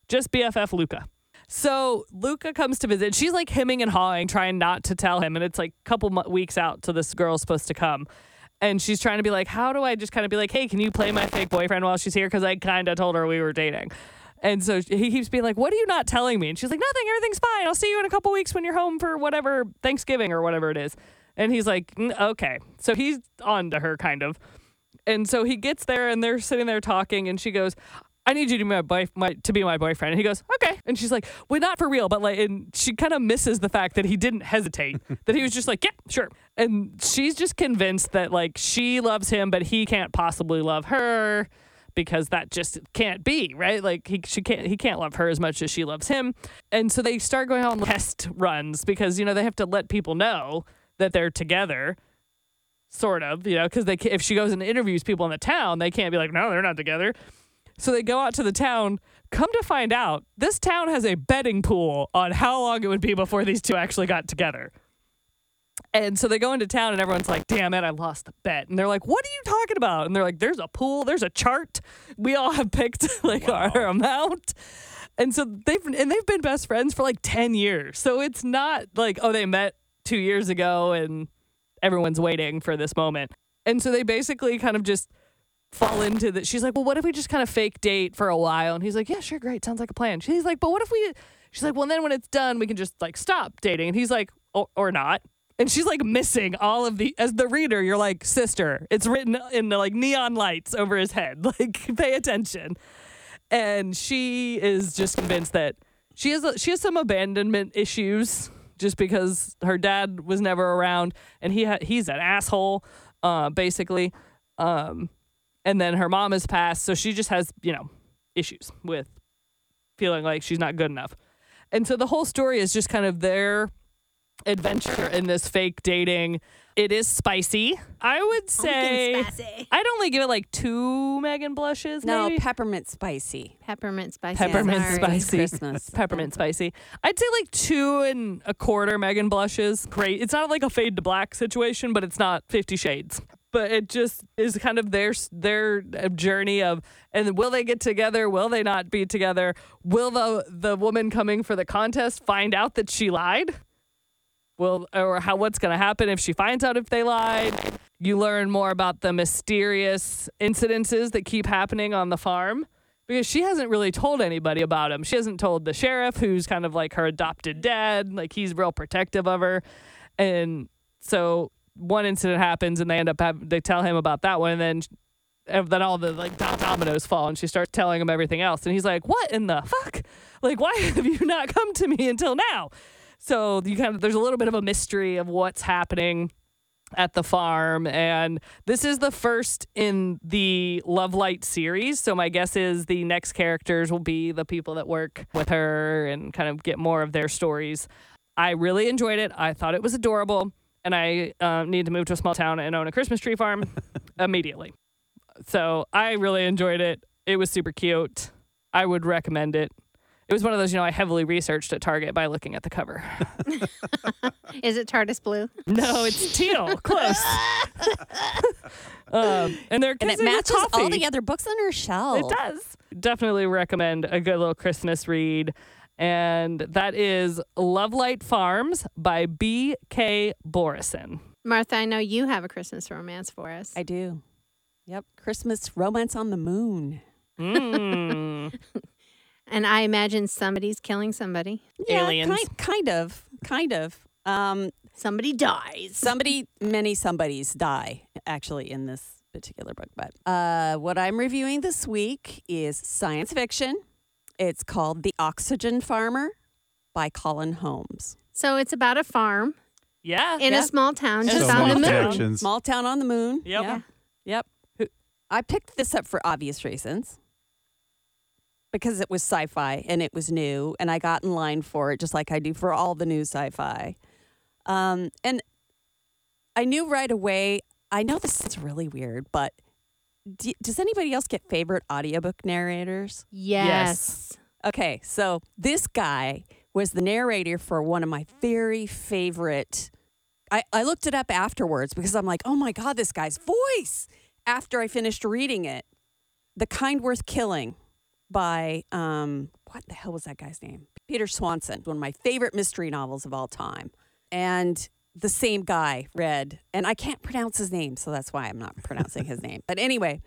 just BFF Luca. So Luca comes to visit. She's like hemming and hawing, trying not to tell him. And it's like a couple mo- weeks out till this girl's supposed to come. And she's trying to be like, How do I just kind of be like, Hey, can you play my fake boyfriend while she's here? Because I kind of told her we were dating. And so he keeps being like, What are you not telling me? And she's like, Nothing. Everything's fine. I'll see you in a couple weeks when you're home for whatever Thanksgiving or whatever it is. And he's like, "Mm, Okay. So he's on to her, kind of. And so he gets there and they're sitting there talking and she goes, I need you to be my, boy- my to be my boyfriend. And he goes, "Okay." And she's like, "Well, not for real, but like and she kind of misses the fact that he didn't hesitate. that he was just like, "Yeah, sure." And she's just convinced that like she loves him but he can't possibly love her because that just can't be, right? Like he she can't he can't love her as much as she loves him. And so they start going on test runs because you know they have to let people know that they're together sort of, you know, because they ca- if she goes and interviews people in the town, they can't be like, no, they're not together. So they go out to the town. Come to find out, this town has a betting pool on how long it would be before these two actually got together. And so they go into town, and everyone's like, damn it, I lost the bet. And they're like, what are you talking about? And they're like, there's a pool, there's a chart. We all have picked like our amount. And so they've and they've been best friends for like 10 years. So it's not like, oh, they met two years ago and everyone's waiting for this moment. And so they basically kind of just fall into that. She's like, well, what if we just kind of fake date for a while? And he's like, yeah, sure, great. Sounds like a plan. She's like, but what if we, she's like, well, then when it's done, we can just like stop dating. And he's like, or, or not. And she's like missing all of the, as the reader, you're like, sister, it's written in like neon lights over his head. Like, pay attention and she is just convinced that she has she has some abandonment issues just because her dad was never around and he ha- he's an asshole uh, basically um, and then her mom is passed so she just has you know issues with feeling like she's not good enough and so the whole story is just kind of their adventure in this fake dating it is spicy i would say spicy. i'd only give it like two megan blushes No, maybe. peppermint spicy. Peppermint spicy. Peppermint sorry. spicy. Christmas. peppermint spicy. I'd say like two and a quarter Megan blushes. Great. It's not like a fade to black situation, but it's not Fifty Shades. But it just is kind of their their uh, journey of and will they get together? Will they not be together? Will the the woman coming for the contest find out that she lied? Will or how what's going to happen if she finds out if they lied? You learn more about the mysterious incidences that keep happening on the farm because she hasn't really told anybody about him. She hasn't told the sheriff, who's kind of like her adopted dad. Like he's real protective of her, and so one incident happens, and they end up having, they tell him about that one, and then. And then all the like dom- dominoes fall, and she starts telling him everything else, and he's like, "What in the fuck? Like, why have you not come to me until now?" So you kind of there's a little bit of a mystery of what's happening at the farm and this is the first in the love light series so my guess is the next characters will be the people that work with her and kind of get more of their stories i really enjoyed it i thought it was adorable and i uh, need to move to a small town and own a christmas tree farm immediately so i really enjoyed it it was super cute i would recommend it it was one of those you know i heavily researched at target by looking at the cover Is it TARDIS blue? no, it's teal. Close. um, and they're And it matches all the other books on her shelf. It does. Definitely recommend a good little Christmas read. And that is Lovelight Farms by B.K. Borison. Martha, I know you have a Christmas romance for us. I do. Yep. Christmas romance on the moon. Mm. and I imagine somebody's killing somebody. Yeah, Aliens. Kind, kind of. Kind of. Um, Somebody dies. somebody, many somebodies die actually in this particular book. But uh, what I'm reviewing this week is science fiction. It's called The Oxygen Farmer by Colin Holmes. So it's about a farm yeah. in yeah. a small town So just on many the moon. connections. Actions. Small town on the moon. Yep. Yeah. Yep. I picked this up for obvious reasons because it was sci fi and it was new, and I got in line for it just like I do for all the new sci fi. Um, and I knew right away, I know this is really weird, but d does anybody else get favorite audiobook narrators? Yes. Okay, so this guy was the narrator for one of my very favorite. I, I looked it up afterwards because I'm like, oh my God, this guy's voice after I finished reading it. The Kindworth Killing by, um, what the hell was that guy's name? Peter Swanson, one of my favorite mystery novels of all time. And the same guy read, and I can't pronounce his name, so that's why I'm not pronouncing his name. But anyway,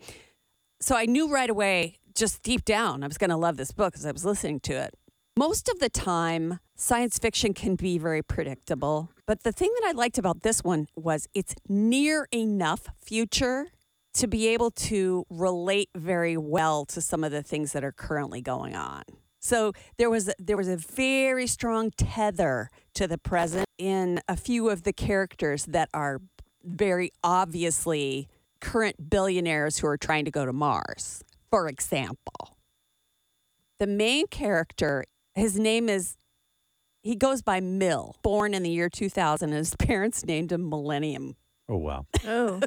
so I knew right away, just deep down, I was going to love this book as I was listening to it. Most of the time, science fiction can be very predictable. But the thing that I liked about this one was it's near enough future to be able to relate very well to some of the things that are currently going on. So there was there was a very strong tether to the present in a few of the characters that are very obviously current billionaires who are trying to go to Mars, for example. The main character, his name is, he goes by Mill, born in the year 2000, and his parents named him Millennium. Oh wow. Oh,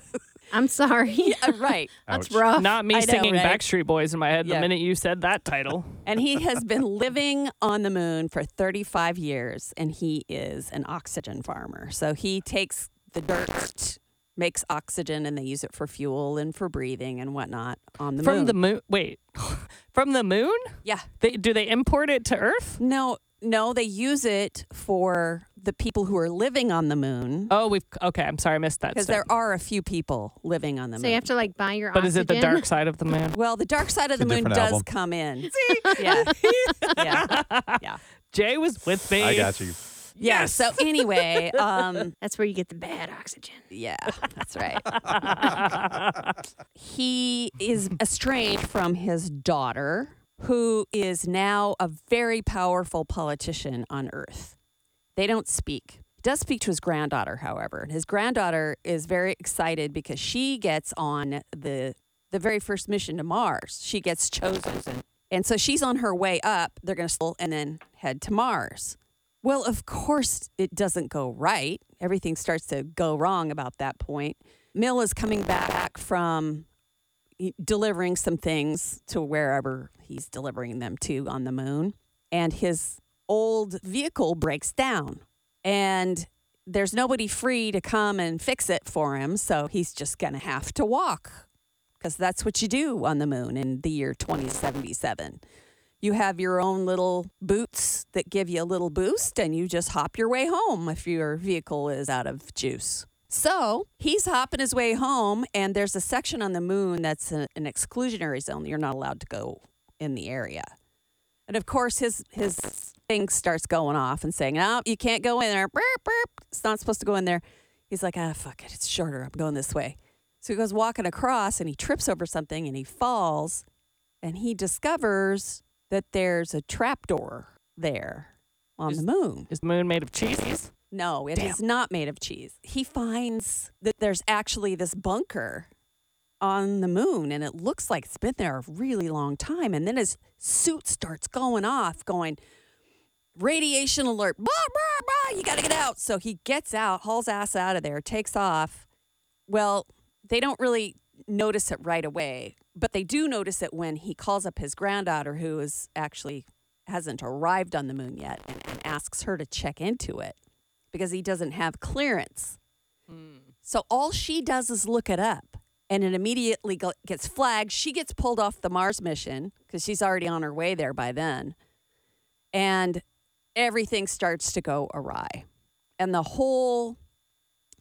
I'm sorry. Yeah, right. That's Ouch. rough. Not me oh, I know, singing right? Backstreet Boys in my head Yeah. the minute you said that title. And he has been living on the moon for 35 years, and he is an oxygen farmer. So he takes the dirt, makes oxygen, and they use it for fuel and for breathing and whatnot on the From moon. the moon. Wait. From the moon? yeah. They, do they import it to Earth? No, no, they use it for the people who are living on the moon Oh, we've. Okay, I'm sorry. I missed that. because step. there are a few people living on the so moon. you have to like buy your But oxygen. is it the dark side of the moon? well, the dark side of a the moon different does album. come in. yeah. yeah. Yeah. Jay was with me. I got you. Yeah. So anyway, um, That's where you get the bad oxygen. yeah, that's right. he is estranged from his daughter, who is now a very powerful politician on Earth. They don't speak. He does speak to his granddaughter, however, and his granddaughter is very excited because she gets on the the very first mission to Mars. She gets chosen, and so she's on her way up. They're going to slow and then head to Mars. Well, of course, it doesn't go right. Everything starts to go wrong about that point. Mill is coming back from delivering some things to wherever he's delivering them to on the moon. And his old vehicle breaks down. And there's nobody free to come and fix it for him. So he's just going to have to walk because that's what you do on the moon in the year 2077. You have your own little boots that give you a little boost, and you just hop your way home if your vehicle is out of juice. So he's hopping his way home, and there's a section on the moon that's a- an exclusionary zone. You're not allowed to go in the area. And of course, his his thing starts going off and saying, "No, you can't go in there. Burp, burp. It's not supposed to go in there." He's like, "Ah, fuck it. It's shorter. I'm going this way." So he goes walking across, and he trips over something, and he falls, and he discovers that there's a trapdoor there on the moon. Is the moon made of cheese? No, it is not made of cheese. He finds that there's actually this bunker on the moon and it looks like it's been there a really long time. And then his suit starts going off, going, radiation alert, blah, blah, blah, you got to get out. So he gets out, hauls ass out of there, takes off. Well, they don't really notice it right away, but they do notice it when he calls up his granddaughter, who is actually hasn't arrived on the moon yet, and, and asks her to check into it because he doesn't have clearance. So all she does is look it up and it immediately go- gets flagged. She gets pulled off the Mars mission because she's already on her way there by then. And everything starts to go awry. And the whole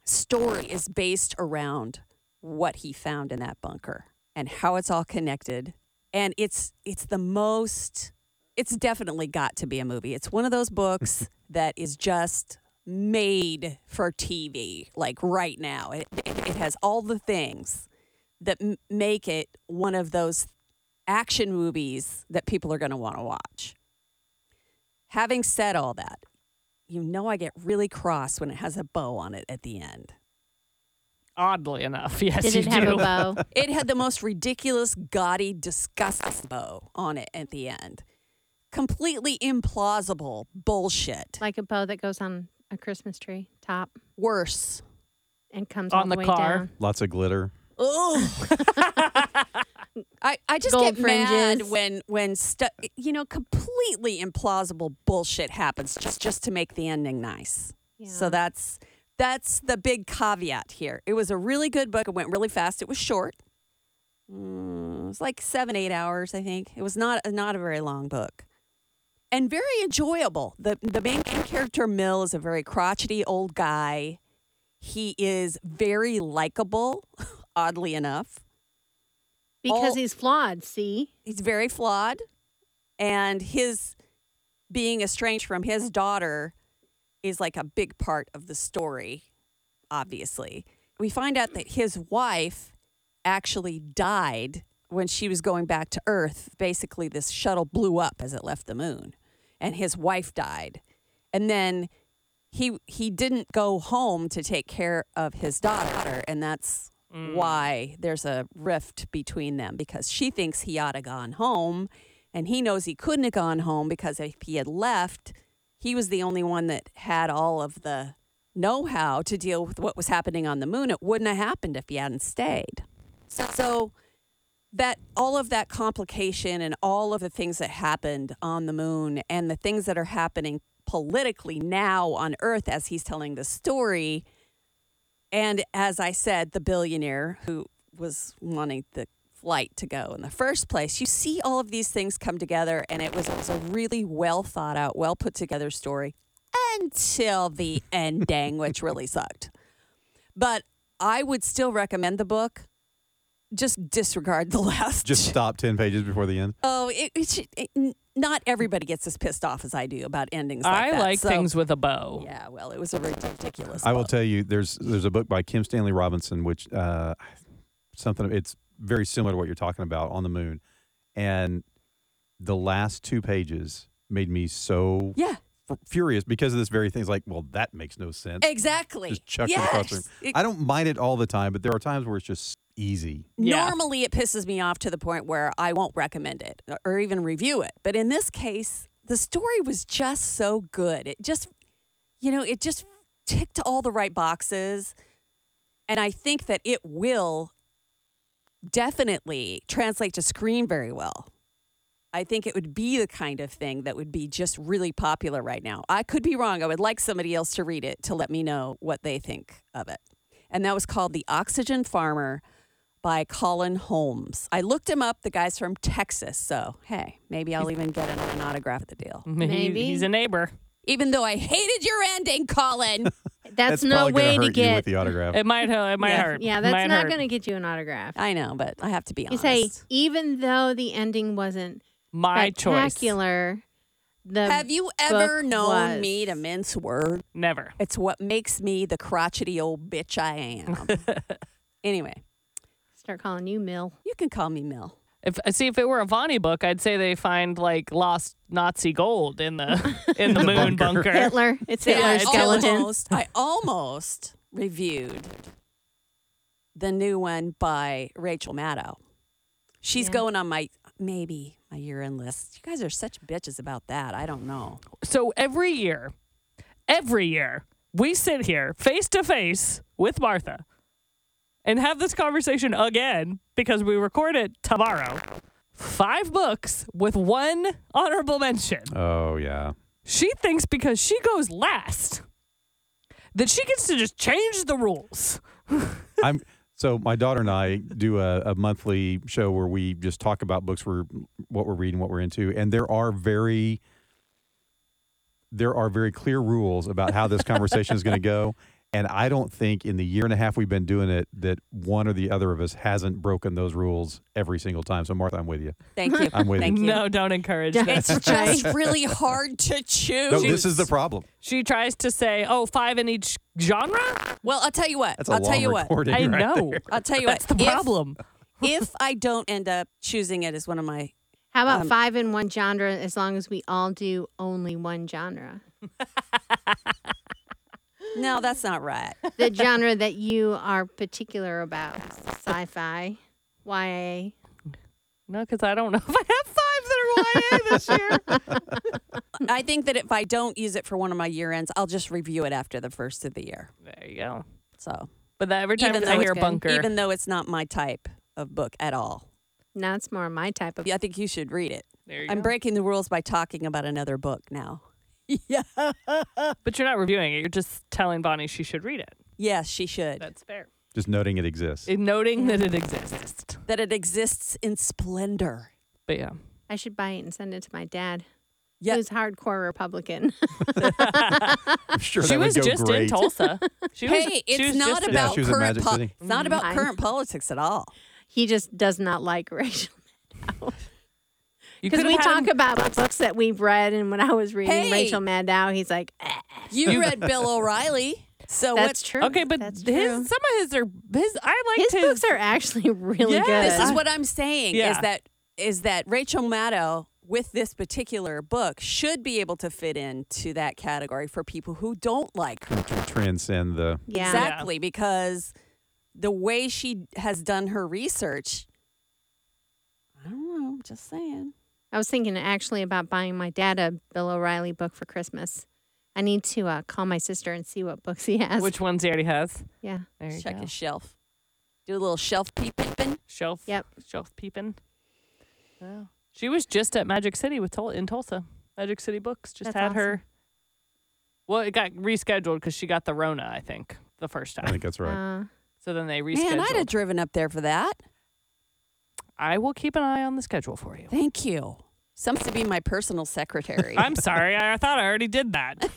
story is based around what he found in that bunker and how it's all connected. And it's it's the most it's definitely got to be a movie. It's one of those books that is just made for TV, like right now. It, it, it has all the things that m- make it one of those action movies that people are going to want to watch. Having said all that, you know I get really cross when it has a bow on it at the end. Oddly enough, yes, Did you it have do. a bow? It had the most ridiculous, gaudy, disgusting bow on it at the end. Completely implausible bullshit. like a bow that goes on a Christmas tree top Worse. and comes On all the way car. down. Lots of glitter. oh. I, I just Gold get mad fringes. when when stu- you know completely implausible bullshit happens just just to make the ending nice. So Yeah. that's that's the big caveat here. It was a really good book. It went really fast. It was short. Mm, it was like seven eight hours, I think. It was not not a very long book, and very enjoyable. the The main character Mill is a very crotchety old guy. He is very likable, oddly enough. because all- he's flawed. See, He's very flawed, and his being estranged from his daughter is like a big part of the story, obviously. We find out that his wife actually died when she was going back to Earth. Basically, this shuttle blew up as it left the moon, and his wife died. And then he he didn't go home to take care of his daughter, and that's why there's a rift between them because she thinks he ought to gone home, and he knows he couldn't have gone home because if he had left, he was the only one that had all of the know-how to deal with what was happening on the moon. It wouldn't have happened if he hadn't stayed. So, so that all of that complication and all of the things that happened on the moon and the things that are happening politically now on Earth as he's telling the story. And as I said, the billionaire who was wanting the flight to go in the first place, you see all of these things come together, and it was, it was a really well thought out, well put together story until the ending, which really sucked. But I would still recommend the book. Just disregard the last. Just stop 10 pages before the end. oh, it, it, should- it, n- not everybody gets as pissed off as I do about endings. Like I that. like So- things with a bow. Yeah, well, it was a ridiculous. I will book. tell you, there's there's a book by Kim Stanley Robinson, which uh, something it's very similar to what you're talking about on the moon, and the last two pages made me so Yeah, f- furious because of this very thing. It's like, well, that makes no sense. exactly. Just chuck it yes. across the room. It- I don't mind it all the time, but there are times where it's just easy. Yeah. Normally, it pisses me off to the point where I won't recommend it or even review it. But in this case, the story was just so good. It just, you know, it just ticked all the right boxes. And I think that it will definitely translate to screen very well. I think it would be the kind of thing that would be just really popular right now. I could be wrong. I would like somebody else to read it to let me know what they think of it. And that was called The Oxygen Farmer by Colin Holmes. I looked him up. The guy's from Texas. So, hey, maybe I'll even get an, an autograph of the deal. He- Maybe. he's a neighbor. Even though I hated your ending, Colin. that's, no probably gonna way hurt to you get. with the autograph. It might hurt. It might Yeah. hurt. yeah, that's might not hurt. going to get you an autograph. I know, but I have to be You honest. say even though the ending wasn't My choice. spectacular, the have you ever um, book known was- me to mince words? Never. It's what makes me the crotchety old bitch I am. anyway, start calling you Mill? you can call me Mill. If uh, see if it were a Vonnie book, I'd say they find like lost Nazi gold in the in the, moon bunker. Hitler. It's I Hitler's skeleton. Almost, I almost reviewed the new one by Rachel Maddow. She's Yeah. going on my maybe my year end list. You guys are such bitches about that. I don't know. So every year, every year, we sit here face to face with Martha and have this conversation again because we record it tomorrow. Five books with one honorable mention. Oh yeah. She thinks because she goes last that she gets to just change the rules. I'm so my daughter and I do a, a monthly show where we just talk about books we're what we're reading, what we're into, and there are very there are very clear rules about how this conversation is going to go. And I don't think in the year and a half we've been doing it that one or the other of us hasn't broken those rules every single time. So Martha, I'm with you. Thank you. I'm with you. Thank you. No, don't encourage Yeah. that. It's just really hard to choose. No, this is the problem. She tries to say, oh, five in each genre? well, I'll tell you what. That's a I'll long tell you what. recording. I right know. there. I'll tell you That's the what. If- problem. if I don't end up choosing it as one of my How about Um, five in one genre? As long as we all do only one genre, no, that's not right. the genre that you are particular about, sci-fi, YA. No, because I don't know if I have five that are YA this year. I think that if I don't use it for one of my year ends, I'll just review it after the first of the year. there you go. So But that every time even I though it's hear good. bunker, even though it's not my type of book at all. No, it's more my type of. Yeah, I think you should read it. there you I'm go. breaking the rules by talking about another book now. yeah. but you're not reviewing it. You're just telling Bonnie she should read it. Yes, she should. That's fair. Just noting it exists. Noting that it exists. that it exists in splendor. But yeah. I should buy it and send it to my dad, Yeah. who's hardcore Republican. I'm sure she that was would go just great. in Tulsa. She was, hey, she it's was not just in- Yeah, about she was in current Magic po- City. it's not about Mhm. current politics at all. he just does not like racial. You Because could've we had talk him- about books that we've read, and when I was reading Hey. Rachel Maddow, he's like, "Eh, You read Bill O'Reilly, so "That's what? true." Okay, but That's his true. some of his are his. I liked his his. books are actually really Yeah, good. This is what I'm saying is Yeah. that is that Rachel Maddow with this particular book should be able to fit into that category for people who don't like her. Transcend the. yeah. Exactly, because the way she has done her research, I don't know, just saying. I was thinking actually about buying my dad a Bill O'Reilly book for Christmas. I need to uh, call my sister and see what books he has. Which ones he already has? yeah, There you Check go. his shelf. Do a little shelf peeping. shelf. Yep. Shelf peeping. Yeah. She was just at Magic City with Tul- in Tulsa. Magic City Books just That's had awesome. her. Well, it got rescheduled because she got the Rona, I think, the first I time. think that's right. uh, So then they rescheduled. Man, I'd have driven up there for that. I will keep an eye on the schedule for you. Thank you. Some's to be my personal secretary. I'm sorry. I I thought I already did that.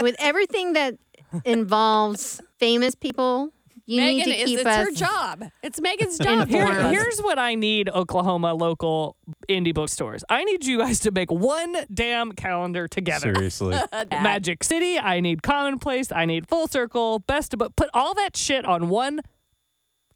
with everything that involves famous people, you Megan, need to is, keep it's us. her job. It's Megan's job. Here- Here- Informed. here's what I need Oklahoma local indie bookstores. I need you guys to make one damn calendar together. Seriously. Magic City. I need Commonplace. I need Full Circle. Best of Book. Put all that shit on one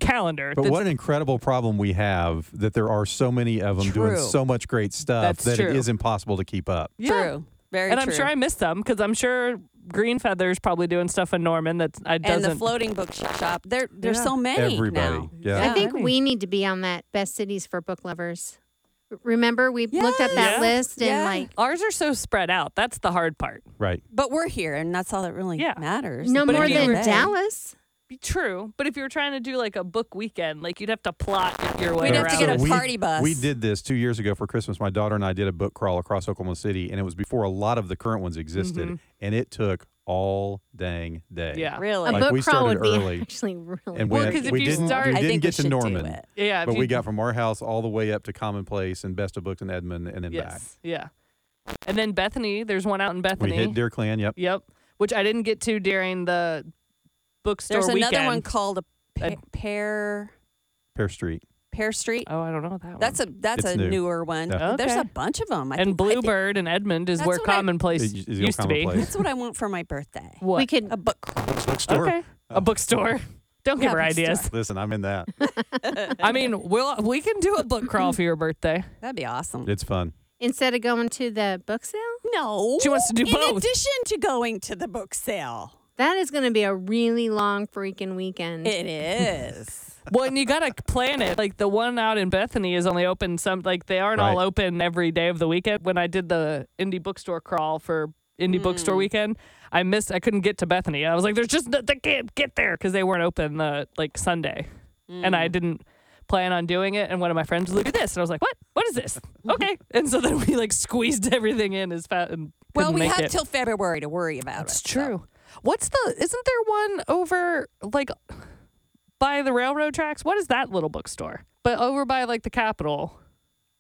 calendar. But that's- what an incredible problem we have that there are so many of them doing True. so much great stuff That's that it true. is impossible to keep up. Yeah. True. Very and I'm true. sure I missed them because I'm sure Green Feather's probably doing stuff in Norman that I and doesn't. the floating bookshop. There, there's Yeah. so many Everybody. now. Yeah. I think Funny. we need to be on that best cities for book lovers. R- Remember, we looked up Yes. that list and Yeah. like Ours are so spread out. That's the hard part. Right. But we're here, and that's all that really Yeah. matters. no But more if you than were- Dallas. Be True, but if you were trying to do like a book weekend, like you'd have to plot your way We'd around. have to get a we- party bus. We did this two years ago for Christmas. My daughter and I did a book crawl across Oklahoma City, and it was before a lot of the current ones existed, Mm-hmm. and it took all dang day. yeah, Really. A Like, book we crawl started would early. be actually really. And Well, went- 'cause if we you didn't, start- we I didn't think we get should to do Norman, it. yeah. if but you- we got from our house all the way up to Commonplace and Best of Books in Edmond, and then back. yes, yeah, and then Bethany. There's one out in We Bethany. hit Deer Clan. Yep. Yep, which I didn't get to during the bookstore There's another weekend. one called a A- pe- pear Pear Street. Pear Street. Oh, I don't know that That's one. a that's It's a new. newer one. Yeah. There's Okay. a bunch of them. I and think- I think- Bluebird and Edmund is That's where what I- commonplace Is- is used to be. Commonplace. That's what I want for my birthday. What? We could A book. Bookstore. Okay. A bookstore. Don't give Yeah, her bookstore. ideas. Listen, I'm in that. I mean, we'll we can do a book crawl for your birthday. That'd be awesome. It's fun. instead of going to the book sale, No. She wants to do in both. addition to going to the book sale. that is going to be a really long freaking weekend. It is. Well, and you gotta plan it. Like the one out in Bethany is only open some like they aren't all Right. open every day of the weekend. When I did the indie bookstore crawl for indie Mm. bookstore weekend, I missed. I couldn't get to Bethany. I was like, "There's just no, they can't get there because they weren't open the like Sunday," and Mm. I didn't plan on doing it. And one of my friends was like, "Do this," and I was like, "What? What is this?" Mm-hmm. okay, and so then we like squeezed everything in as fast and well, couldn't we make have it. till February to worry about It's it. so. true. What's the? Isn't there one over like by the railroad tracks? What is that little bookstore? But over by like the Capitol.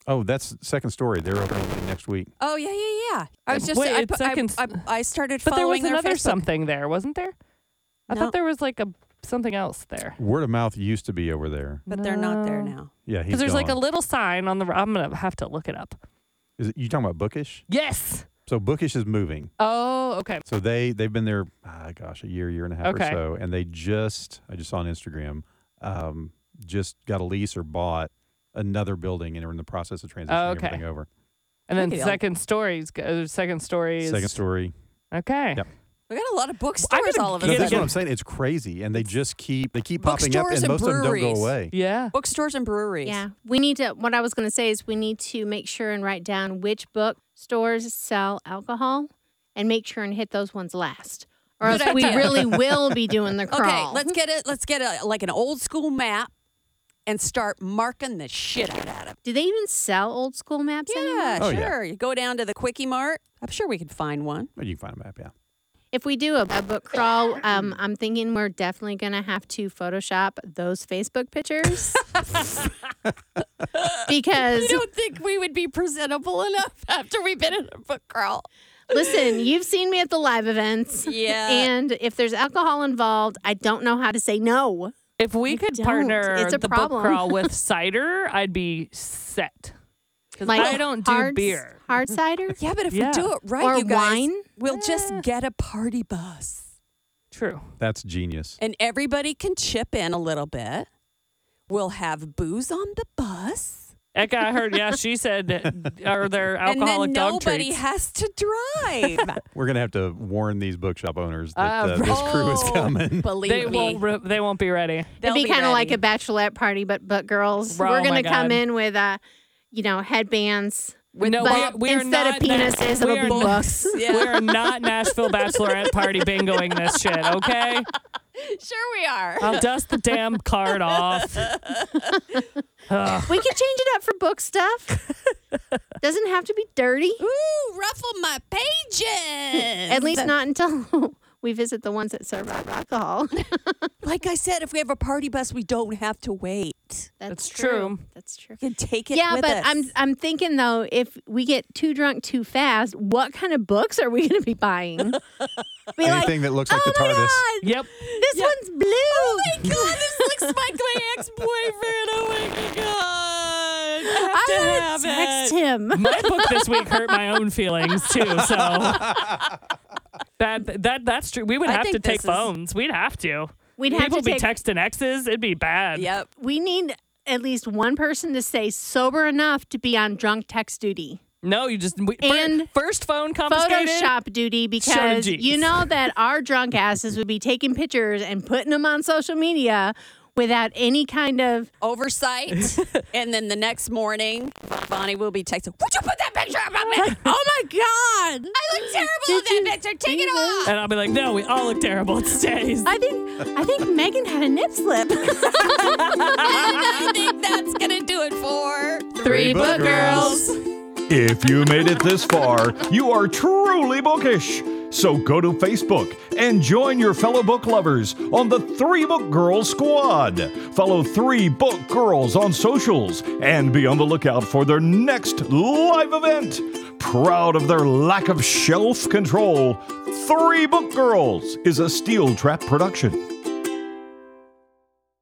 Oh, that's second story. They're opening next week. Oh yeah, yeah, yeah. I was just Wait, I, it's put- I- second- I, I started But there was following their another Facebook. something there, wasn't there? I No. thought there was like a something else there. Word of mouth used to be over there. but they're not there now. Yeah, he's Because there's like a gone. little sign on the. I'm gonna have to look it up. Is it, you talking about Bookish? Yes. So Bookish is moving. Oh, okay. So they they've been there, ah, gosh, a year, year and a half Okay. or so, and they just I just saw on Instagram, um, just got a lease or bought another building and are in the process of transitioning Oh, okay. everything over. And Look then at y'all. second stories. go- uh, Second story is Second story. okay. Yep. We got a lot of I'm bookstores gonna all of a No, get- sudden. that's what I'm saying. It's crazy, and they just keep they keep popping up, Bookstores and and most of them don't go breweries. away. Yeah. Bookstores and breweries. Yeah, we need to. What I was going to say is we need to make sure and write down which bookstores sell alcohol, and make sure and hit those ones last. or else Good we idea. really will be doing the crawl. Okay, let's get it. Let's get a, like an old school map and start marking the shit out of it. Do they even sell old school maps anymore? Yeah, Oh, yeah. sure. You go down to the Quickie Mart. I'm sure we could find one. Oh, you can find a map, yeah. If we do a, a book crawl, um, I'm thinking we're definitely going to have to Photoshop those Facebook pictures because don't think we would be presentable enough after we've been in a book crawl. listen, you've seen me at the live events. Yeah. And if there's alcohol involved, I don't know how to say no. If we could don't. partner It's a the problem. book crawl with cider, I'd be set. Because Like I don't do hard, beer. hard cider. Yeah, but if Yeah. we do it right, Or you guys, wine? we'll just get a party bus. True. That's genius. And everybody can chip in a little bit. We'll have booze on the bus. Eka, I heard, yeah, she said, are there alcoholic and then dog nobody treats? has to drive. We're gonna have to warn these bookshop owners that Uh, uh, this crew is oh, coming. Believe they me. won't, re- they won't be ready. It'd They'll be, kind of like ready. a bachelorette party, but but girls, Oh we're my gonna come God. in with uh, you know, headbands. no, but we, we are instead of not that- penises, we it'll be are- books. Yeah. We are not Nashville Bachelorette Party bingoing this shit, okay? Sure, we are. I'll dust the damn card off. Ugh. We can change it up for book stuff. Doesn't have to be dirty. Ooh, ruffle my pages. At least not until we visit the ones that serve out alcohol. Like I said, if we have a party bus, we don't have to wait. That's true. That's true. We can take it. Yeah, with but us. I'm I'm thinking though, if we get too drunk too fast, what kind of books are we going to be buying? Be like, "Ah, Anything that looks like the TARDIS. Yep. this one's blue. Oh my God, this looks like my ex-boyfriend. Oh my god! I have to I have would text it. him. my book this week hurt my own feelings too. So that that that's true. We would I have to think take this is- phones. We'd have to. We'd have People to would be take. texting exes. It'd be bad. Yep. we need at least one person to stay sober enough to be on drunk text duty. No, you just we, fir- And first phone confiscated. Photoshop duty because Shoji. you know that our drunk asses would be taking pictures and putting them on social media without any kind of Oversight, and then the next morning, Bonnie will be texting. Would you put that picture up on me? Oh my god! I look terrible in that picture. Take it off. And I'll be like, no, we all look terrible. It stays. I think I think Megan had a nip slip. I think that's gonna do it for. Three book girls. If you made it this far, you are truly bookish. So go to Facebook and join your fellow book lovers on the Three Book Girls Squad. Follow Three Book Girls on socials and be on the lookout for their next live event. Proud of their lack of shelf control, Three Book Girls is a Steel Trap production.